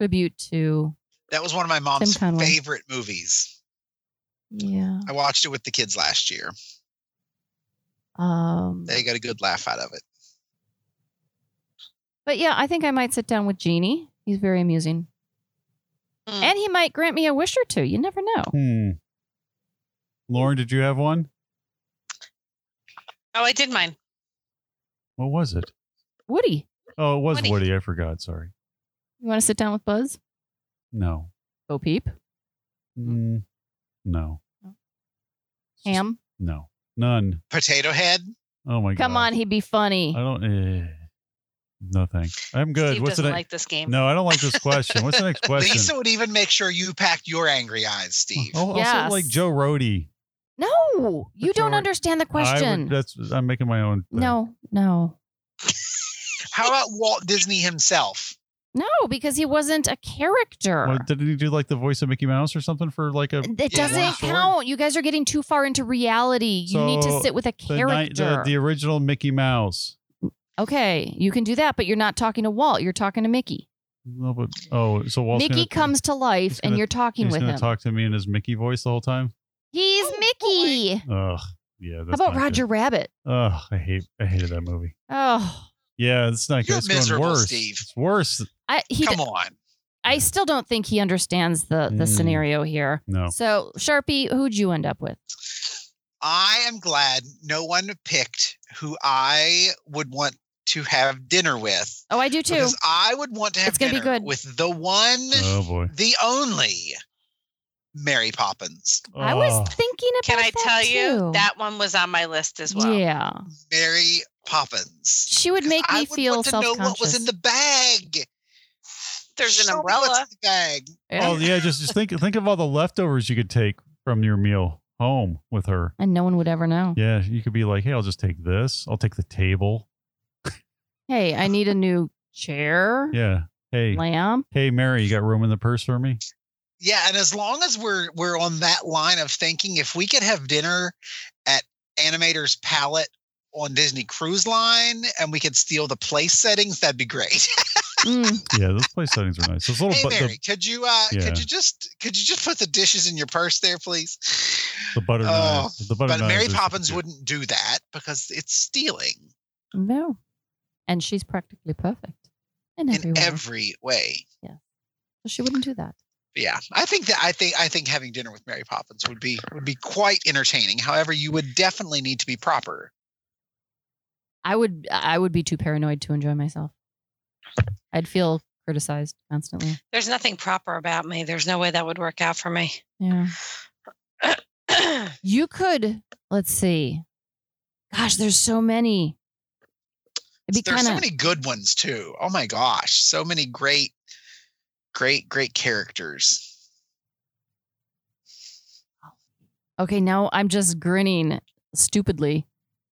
A: tribute to
C: That was one of my mom's
A: Tim Conway.
C: favorite movies.
A: yeah.
C: I watched it with the kids last year.
A: Um,
C: They got a good laugh out of it.
A: but yeah, I think I might sit down with Genie. He's very amusing,
C: Hmm.
D: Mm.
A: and he might grant me a wish or two. You never know.
B: Hmm. Lauren, did you have one?
D: Oh, I did mine.
B: What was it?
A: Woody,
B: Oh, it was
D: Woody.
B: Woody. I forgot. Sorry.
A: you want to sit down with Buzz?
B: No.
A: Bo Peep,
B: Mm, no.
A: Hmm. Ham.
B: No. None.
C: Potato Head.
B: Oh my god.
A: Come on, he'd be funny.
B: I don't. Eh, no thanks. I'm good.
D: Steve
B: What's the
D: doesn't
B: next?
D: like this game.
B: no, I don't like this question. What's the next question?
C: Lisa would even make sure you packed your angry eyes, Steve.
B: Oh, also
A: Yes.
B: like Joe Rody.
A: No, you
B: It's all
A: don't
B: right.
A: understand the
B: I
A: question.
B: would, uh, that's. I'm making my own. thing.
A: no, no,
C: How about Walt Disney himself?
A: no, because he wasn't a character.
B: Well, didn't he do like the voice of Mickey Mouse or something for like a
A: It
C: Yeah.
A: doesn't
B: Sure.
A: count. You guys are getting too far into reality. You need to
B: So,
A: sit with a
B: the, ni-
A: character.
B: the the original Mickey Mouse?
A: okay, you can do that, but you're not talking to Walt. You're talking to Mickey.
B: No, but oh, so Walt's
A: Mickey
B: gonna,
A: comes to life,
B: gonna-
A: and you're talking
B: He's
A: with
B: gonna
A: him.
B: talk to me in his Mickey voice the whole time.
A: He's
D: Oh,
A: Mickey.
B: Ugh. Yeah.
A: How
B: That's
A: about
B: not
A: Roger
B: good.
A: Rabbit?
B: Ugh. I hate. I hated that movie.
A: Oh,
B: Yeah, it's not good.
C: You're
B: It's going
C: miserable,
B: worse.
C: Steve.
B: It's worse.
A: I he.
C: Come
A: d-
C: on.
A: I still don't think he understands the the
B: Mm.
A: scenario here.
B: No.
A: So Sharpie, who'd you end up with?
C: I am glad no one picked who I would want to have dinner with.
A: Oh, I do too.
C: Because I would want to have
A: It's gonna be
C: dinner
A: good.
C: with the one,
B: Oh boy.
C: the only Mary Poppins.
A: I was
B: Ugh.
A: thinking about.
D: Can I
A: that
D: tell you
A: too.
D: that one was on my list as well?
A: Yeah,
C: Mary Poppins.
A: Oh. she would make
C: I
A: me
C: would
A: feel
C: want to know
A: self-conscious.
C: what was in the bag.
D: There's an
C: Show me what's
D: umbrella.
C: in the bag.
A: Yeah.
B: Oh yeah, just just think think of all the leftovers you could take from your meal home with her.
A: and no one would ever know.
B: Yeah, you could be like, hey, I'll just take this. I'll take the table.
A: Hey, I need a new chair,
B: Yeah. Hey,
A: lamp.
B: hey, Mary, you got room in the purse for me?
C: Yeah, and as long as we're we're on that line of thinking, if we could have dinner at Animator's Palette on Disney Cruise Line, and we could steal the place settings, that'd be great.
A: Mm.
B: Yeah, those place settings are nice. Those little
C: hey
B: bu-
C: Mary, could you uh,
B: Oh, Yeah.
C: could you just could you just put the dishes in your purse there, please?
B: the, the butter
C: Oh,
B: knives. The butter
C: But Mary
B: knives are
C: Poppins
B: good.
C: wouldn't do that because it's stealing
A: No, and she's practically perfect in every
C: in
A: way.
C: every way.
A: so she wouldn't do that.
C: Yeah, I think that I think I think having dinner with Mary Poppins would be would be quite entertaining. However, you would definitely need to be proper.
A: I would. I would be too paranoid to enjoy myself. I'd feel criticized constantly.
D: There's nothing proper about me. There's no way that would work out for me.
A: Yeah. You could. Let's see. Gosh, there's so many. It'd be
C: There's
A: kind
C: so
A: of.
C: many good ones too. Oh my gosh, so many great, great, great characters.
A: okay, now I'm just grinning stupidly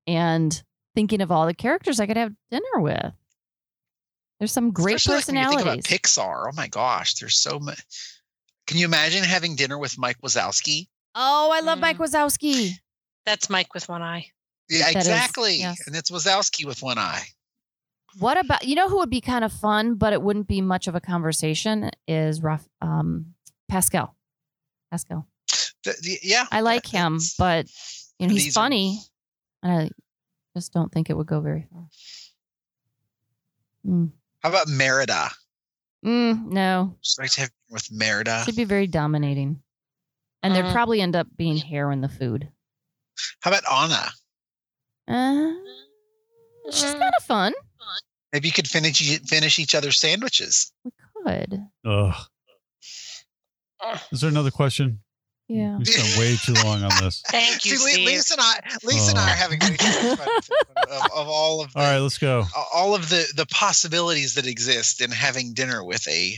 A: and thinking of all the characters I could have dinner with. There's some great
C: Especially, like, when you think
A: personalities.
C: about Pixar. Oh my gosh, there's so much. Can you imagine having dinner with Mike Wazowski?
A: oh, I love
D: Mm.
A: Mike Wazowski.
D: That's Mike with one eye.
C: Yeah,
A: That is-
C: exactly.
A: yes.
C: And it's Wazowski with one eye.
A: What about you know who would be kind of fun, but it wouldn't be much of a conversation is Raf, um, Pascal. Pascal.
C: Th- th- yeah,
A: I like him,
C: it's-
A: but you know he's
C: these are-
A: funny, and I just don't think it would go very far. Mm.
C: How about Merida?
A: Mm, no,
C: Just like to have dinner with Merida.
A: should be very dominating, and they'd
C: Mm-hmm.
D: Mm.
A: probably end up being hair in the food.
C: How about Anna?
A: Uh, she's kind of fun.
C: Maybe you could finish e- finish each other's sandwiches.
A: We could,
B: Ugh. Is there another question?
A: yeah.
B: We spent way too long on this.
D: Thank you,
C: See, Li-
D: Steve.
C: Lisa and I, Lisa and I
B: Oh.
C: are having way too much fun with it, of, of all of the,
B: All right, let's go.
C: all of the the possibilities that exist in having dinner with a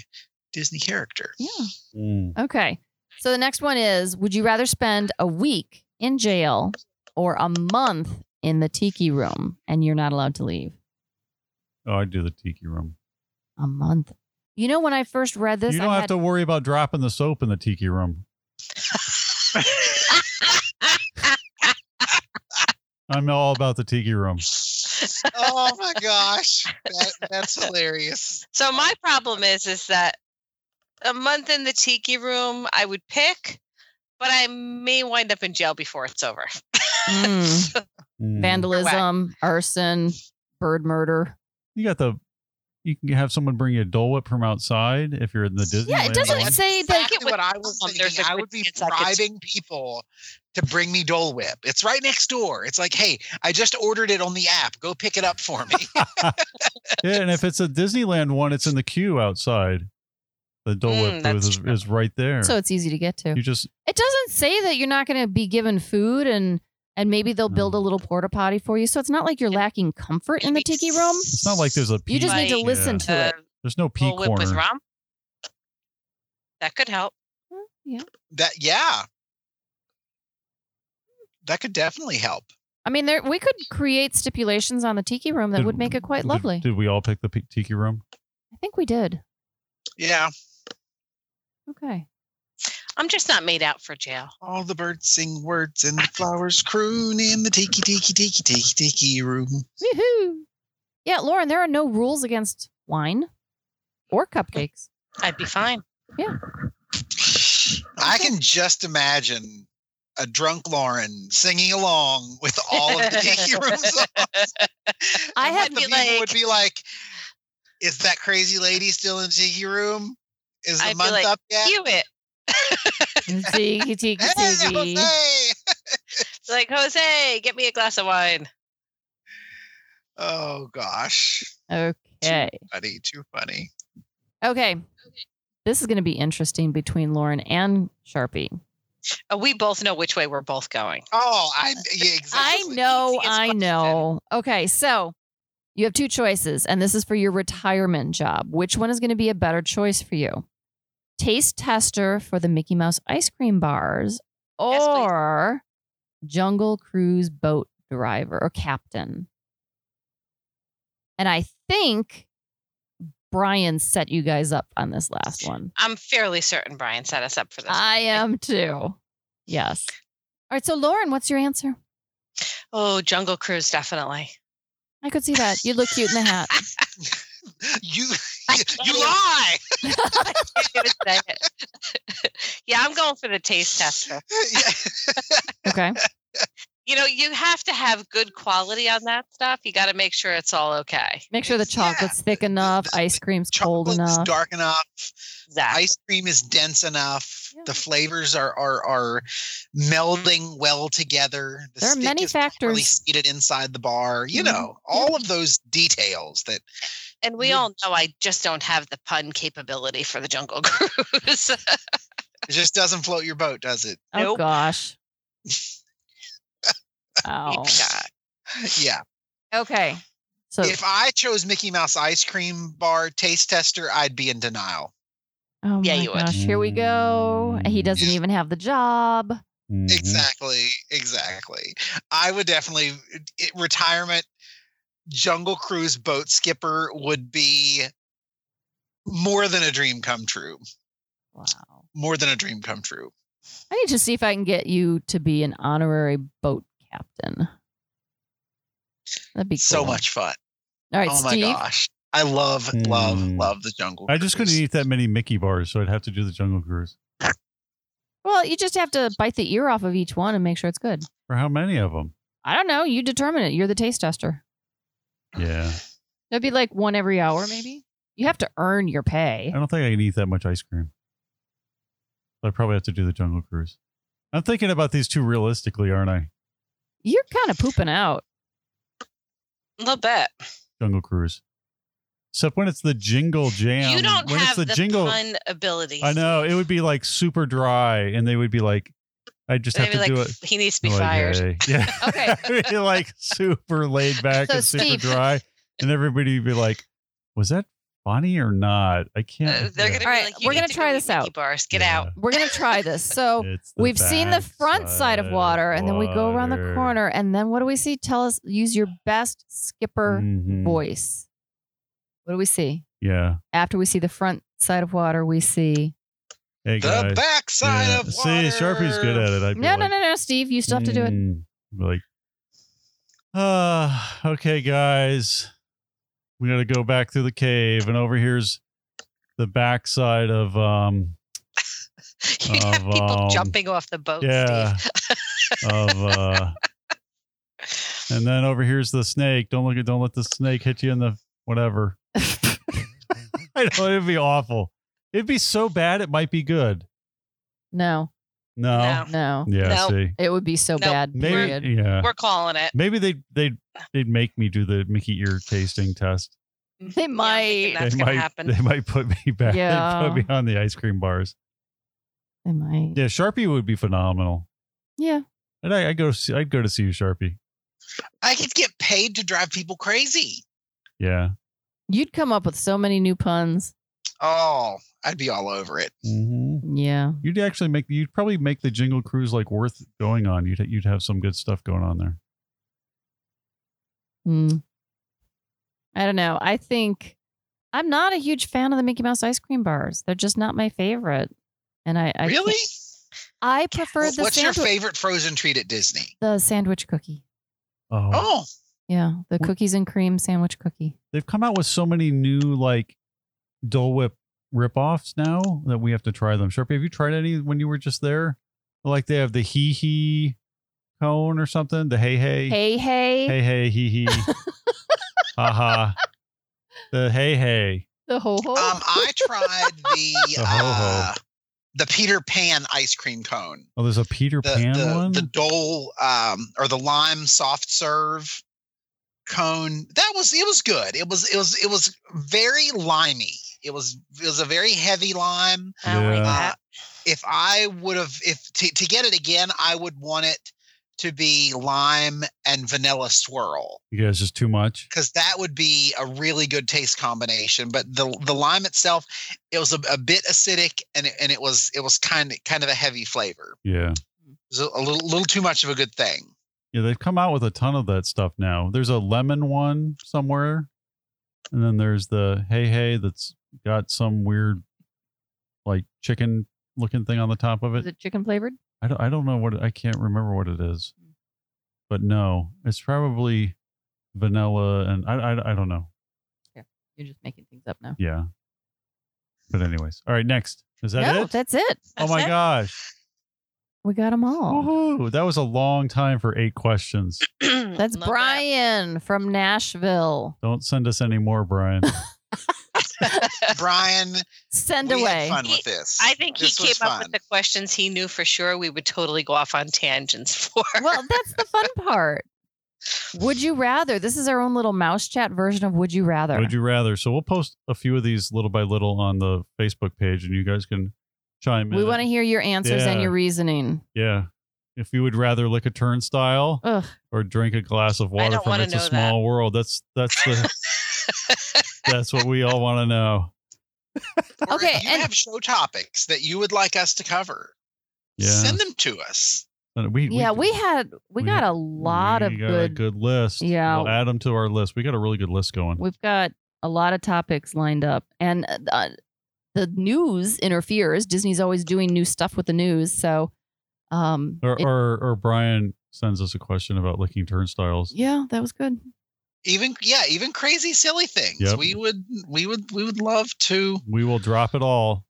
C: Disney character.
A: Yeah.
B: Mm.
A: Okay. So the next one is Would you rather spend a week in jail or a month in the tiki room and you're not allowed to leave?
B: Oh, I do the tiki room.
A: A month. You know, when I first read this,
B: you don't
A: I
B: have
A: had,
B: to worry about dropping the soap in the tiki room. I'm all about the tiki room.
C: oh my gosh, that, that's hilarious.
D: So my problem is is that a month in the tiki room I would pick, but I may wind up in jail before it's over.
A: Mm,
B: Mm.
A: vandalism, arson, bird murder.
B: You got the. You can have someone bring you a Dole Whip from outside if you're in the Disney.
A: Yeah, it doesn't
C: That's
A: say that.
D: Take it
C: Exactly
D: with
C: what I was
D: someone. There's
C: thinking.
D: a
C: I
D: good
C: would be
D: chance I could-
C: bribing people to bring me Dole Whip. It's right next door. It's like, hey, I just ordered it on the app. Go pick it up for me.
B: Yeah, and if it's a Disneyland one, it's in the queue outside. The Dole
D: Mm,
B: Whip booth
D: that's
B: is,
D: true.
B: is right there.
A: So it's easy to get to.
B: you just
A: It doesn't say that you're not going to be given food and and maybe they'll build a
B: No.
A: little porta potty for you. So it's not like you're lacking comfort in the tiki room.
B: it's not like there's a
A: You just need to
D: Like,
A: listen
B: yeah.
A: to it.
B: There's no pea
D: Dole whip with
B: corner.
D: rum. That could help.
C: that yeah. That could definitely help.
A: I mean, there we could create stipulations on the tiki room that
B: Did-
A: would make it quite
B: did-
A: lovely.
B: Did, we all pick the pe- tiki room?
A: I think we did.
C: Yeah.
A: Okay.
D: I'm just not made out for jail.
C: All the birds sing words and the flowers croon in the tiki tiki tiki tiki tiki room.
A: Woohoo! Yeah, Lauren, there are no rules against wine or cupcakes.
D: I'd be fine.
C: I can just imagine a drunk Lauren singing along with all of the tiki room songs.
A: I
C: And
A: have-
C: what the
D: Be
C: people
D: like-
C: would be like, is that crazy lady still in the tiki room? Is the
D: I'd be
C: month
D: like,
C: up yet?
D: Cue it.
A: Tiki, tiki,
C: Hey,
A: tiki.
C: Jose!
D: It's like Jose, get me a glass of wine.
C: Oh gosh,
A: Okay.
C: funny, too funny.
A: Okay. This is going to be interesting between Lauren and Sharpie.
D: Uh, we both know which way we're both going.
C: Oh,
D: Uh,
C: I yeah, exactly.
A: I know,
D: easiest
A: I
D: question.
A: know. Okay, so you have two choices, and this is for your retirement job. Which one is going to be a better choice for you? Taste tester for the Mickey Mouse ice cream bars,
D: Yes, please.
A: or Jungle Cruise boat driver or captain? And I think Brian set you guys up on this last one.
D: I'm fairly certain Brian set us up for this.
A: I
D: one.
A: am too. Yes. All right, so Lauren, what's your answer?
D: Oh, Jungle Cruise, definitely.
A: I could see that. You look cute in the hat.
C: You
D: I
C: you,
D: can't
C: you
D: even-
C: lie.
D: I can't even say it. yeah, I'm going for the taste tester.
C: Yeah.
A: Okay.
D: You know, you have to have good quality on that stuff. You got to make sure it's all okay.
A: Make sure the
C: Yeah.
A: chocolate's thick enough, ice cream's cold
C: Chocolate's
A: enough.
C: dark enough.
D: Exactly.
C: Ice cream is dense enough.
A: Yeah.
C: The flavors are are are melding well together. The
A: There are
C: stick
A: many
C: is properly
A: factors.
C: seated inside the bar. You
A: Mhm.
C: know all of those details that
D: And we all know I just don't have the pun capability for the Jungle Cruise.
C: it just doesn't float your boat, does it?
A: Oh
D: Nope.
A: gosh. oh.
D: God.
C: Yeah.
A: Okay. So
C: if I chose Mickey Mouse ice cream bar taste tester, I'd be in denial.
A: oh
D: Yeah,
A: my
D: you would.
A: gosh, here we go. He doesn't even have the job.
B: Mhm.
C: Exactly, exactly. I would definitely it, retirement Jungle Cruise boat skipper would be more than a dream come true.
A: Wow.
C: More than a dream come true.
A: I need to see if I can get you to be an honorary boat captain. That'd be
C: So
A: cool.
C: much fun.
A: All right,
C: oh my
A: Steve.
C: gosh. I love, love,
B: Hmm.
C: love the jungle.
B: I just couldn't
C: Cruise.
B: eat that many Mickey bars, so I'd have to do the Jungle Cruise.
A: Well, you just have to bite the ear off of each one and make sure it's good.
B: For how many of them?
A: I don't know. You determine it. You're the taste tester.
B: Yeah,
A: That'd be like one every hour, maybe. You have to earn your pay.
B: I don't think I can eat that much ice cream. So I probably have to do the Jungle Cruise. I'm thinking about these two realistically, aren't I?
A: You're kind of pooping out.
D: A little bit.
B: Jungle Cruise. Except when it's the Jingle Jam.
D: you don't
B: when
D: have
B: it's
D: the,
B: the, Jingle.
D: pun ability.
B: I know it would be like super dry, and they would be like, "I just
D: They'd
B: have to
D: be
B: do
D: like,
B: it."
D: he needs to be
B: I'm like,
D: fired. Uh,
B: "Hey." Yeah.
A: Okay.
B: I'd be, like super laid back
A: So,
B: and super
A: Steve-
B: dry, and everybody would be like, "Was that funny or not?" I can't.
D: Uh, they're gonna
A: All
D: be
A: right,
D: like, you
A: we're
D: need
A: gonna
D: to go
A: try
D: eat
A: this out.
D: Mickey Bars. Get out.
A: We're gonna try this. So Oh, we've seen the front side of water, and then we go around the corner, and then what do we see? Tell us. Use your best skipper
B: Mhm.
A: voice. What do we see
B: Yeah.
A: after we see the front side of water? We see.
B: Hey guys.
C: the backside
B: Yeah.
C: of water.
B: See, Sharpie's good at it. I'd be
A: No, no,
B: like,
A: no, no, Steve. You still have to do it.
B: "Mm," be like, ah, okay, guys, we gotta go back through the cave, and over here's the backside of um,
D: You'd have
B: Of,
D: people
B: um,
D: jumping off the boat.
B: yeah,
D: Oh, Steve.
B: of uh, and then over here's the snake. Don't look at, don't let the snake hit you in the whatever. I know it'd be awful. It'd be so bad, it might be good.
A: No,
B: No,
A: no.
B: yeah,
D: No.
B: see,
A: It would be so
D: Nope.
A: bad. Period.
B: maybe, yeah,
D: We're calling it.
B: maybe they they they'd make me do the Mickey ear tasting test.
A: They
D: Yeah, I'm thinking
A: might.
D: That's
B: they
D: gonna
B: might,
D: happen.
B: They might put me back.
A: Yeah.
B: They put me on the ice cream bars.
A: They might.
B: Yeah, Sharpie would be phenomenal.
A: Yeah.
B: And I, I go see, I'd go to see you, Sharpie.
C: I could get paid to drive people crazy.
B: Yeah.
A: You'd come up with so many new puns.
C: Oh, I'd be all over it.
B: Mm-hmm.
A: Yeah.
B: You'd actually make you'd probably make the Jingle Cruise like worth going on. You'd you'd have some good stuff going on there.
A: Hmm. I don't know. I think I'm not a huge fan of the Mickey Mouse ice cream bars. They're just not my favorite. And I, I
C: really?
A: can't- I prefer the
C: What's your
A: sandwich,
C: favorite frozen treat at Disney?
A: the sandwich cookie.
B: Oh,
C: Oh,
A: Yeah, the
B: Wh-
A: cookies and cream sandwich cookie.
B: they've come out with so many new like Dole Whip ripoffs now that we have to try them. Sharpie, have you tried any when you were just there? Like they have the hee hee cone or something, the hey hey.
A: Hey, hey,
B: Hey, hey, hee, hee. ha ha. The hey, hey.
A: the ho ho.
C: um, I tried the
B: The ho-ho.
C: uh, the Peter Pan ice cream cone,
B: Oh, there's a Peter
C: the
B: Pan
C: the,
B: one?
C: the Dole um, or the lime soft serve cone. That was it was good. It was it was it was very limey. It was it was a very heavy lime.
D: I don't like
B: Yeah.
D: that.
C: if I would have if to, to get it again, I would want it to be lime and vanilla swirl
B: you guys, just too much.
C: because that would be a really good taste combination. But the the lime itself, it was a, a bit acidic and it, and it was it was kind of kind of a heavy flavor.
B: Yeah.
C: It was a, a little little too much of a good thing.
B: Yeah, they've come out with a ton of that stuff now. There's a lemon one somewhere. And then there's the hey, hey that's got some weird, like, chicken looking thing on the top of
A: Is
B: it.
A: it chicken flavored?
B: I don't, I don't know what, it- I can't remember what it is.
A: Mm.
B: But no, it's probably vanilla and I, I, I don't know.
A: You're just making things up now.
B: Yeah. But, anyways. All right, next. Is that
A: no,
B: it?
A: that's it.
B: oh my
D: That's it.
B: gosh.
A: We got them all.
B: Woohoo! That was a long time for eight questions.
A: That's
D: Love that.
A: Brian from Nashville.
B: Don't send us any more, Brian.
C: Brian,
A: Send
C: we
A: away.
C: had fun with
D: He-
C: this.
D: I think he
C: This
D: came
C: was
D: up with
C: fun.
D: the questions he knew for sure we would totally go off on tangents for.
A: Well, that's the fun part. Would you rather? This is our own little mouse chat version of Would You Rather.
B: Would you rather? So we'll post a few of these little by little on the Facebook page, and you guys can chime in.
A: we want to hear your answers and
B: Yeah.
A: your reasoning.
B: Yeah. If you would rather lick a turnstile
A: Ugh.
B: or drink a glass of water
D: don't
B: from
D: wanna
B: It's a
D: know that.
B: Small World, that's that's the that's what we all want to know.
C: Or if
A: Okay,
C: you
A: and-
C: have show topics that you would like us to cover.
B: Yeah.
C: Send them to us.
B: And We,
A: yeah, we had we,
B: we-
A: got a lot of
B: we got
A: good,
B: A good list.
A: Yeah.
B: We'll add them to our list. We got a really good list going.
A: We've got a lot of topics lined up, and uh, the news interferes. Disney's always doing new stuff with the news, so um,
B: or,
A: it-
B: or or Brian sends us a question about licking turnstiles.
A: yeah, that was good.
C: Even yeah, even crazy silly things.
B: Yep.
C: We would we would we would love to
B: We will drop it all.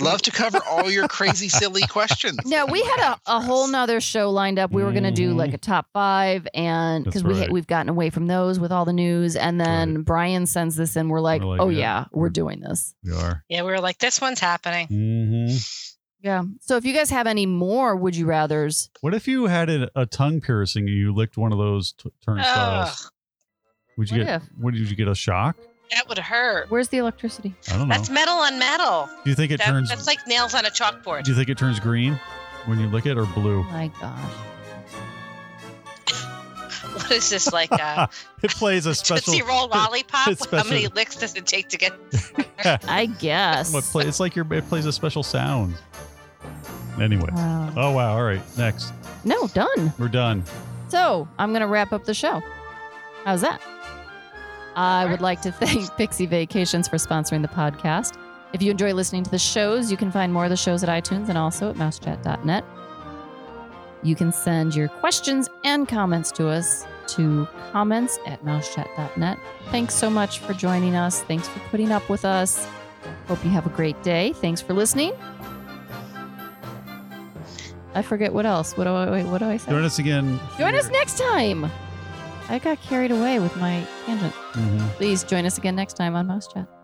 C: love to cover all your crazy silly questions.
A: No,
C: that
A: we
C: you
A: had
C: have
A: a, a
C: for
A: whole
C: us.
A: nother show lined up. We were going to do
B: Mhm.
A: like a top five, and
B: That's
A: because we
B: right.
A: we've gotten away from those with all the news, and then Brian sends this, and we're like,
B: We're like,
A: oh
B: yeah,
A: yeah, we're
B: we're-
A: doing this.
B: We are.
D: Yeah, we were like, this one's happening.
B: Mm-hmm.
A: Yeah. So if you guys have any more would you rather's,
B: What if you had a, a tongue piercing and you licked one of those t- turnstiles?
D: Ugh,
B: would you
A: What
B: get? What did you get? A shock?
D: that would hurt.
A: where's the electricity?
B: I don't know.
D: That's metal on metal.
B: do you think it
D: That-
B: turns?
D: that's like nails on a chalkboard.
B: do you think it turns green when you lick it or blue?
A: Oh my gosh.
D: What is this like a
B: it plays a special.
D: Tootsie Roll lollipop?
B: it's
D: How many
B: special.
D: licks does it take to get?
A: I guess.
B: What play, it's like your it plays a special sound. Anyway.
D: Uh.
A: Wow.
B: Oh wow! All right, next
A: Um, No, done.
B: we're done.
A: So I'm going to wrap up the show. How's that? I would like to thank Pixie Vacations for sponsoring the podcast. If you enjoy listening to the shows, you can find more of the shows at iTunes and also at mousechat.net. You can send your questions and comments to us to comments at mousechat.net. Thanks so much for joining us. Thanks for putting up with us. Hope you have a great day. Thanks for listening. I forget what else. What do I, wait, what do I say?
B: Join us again.
A: Join us next time. I got carried away with my tangent.
B: Mhm.
A: Please join us again next time on Mouse Chat.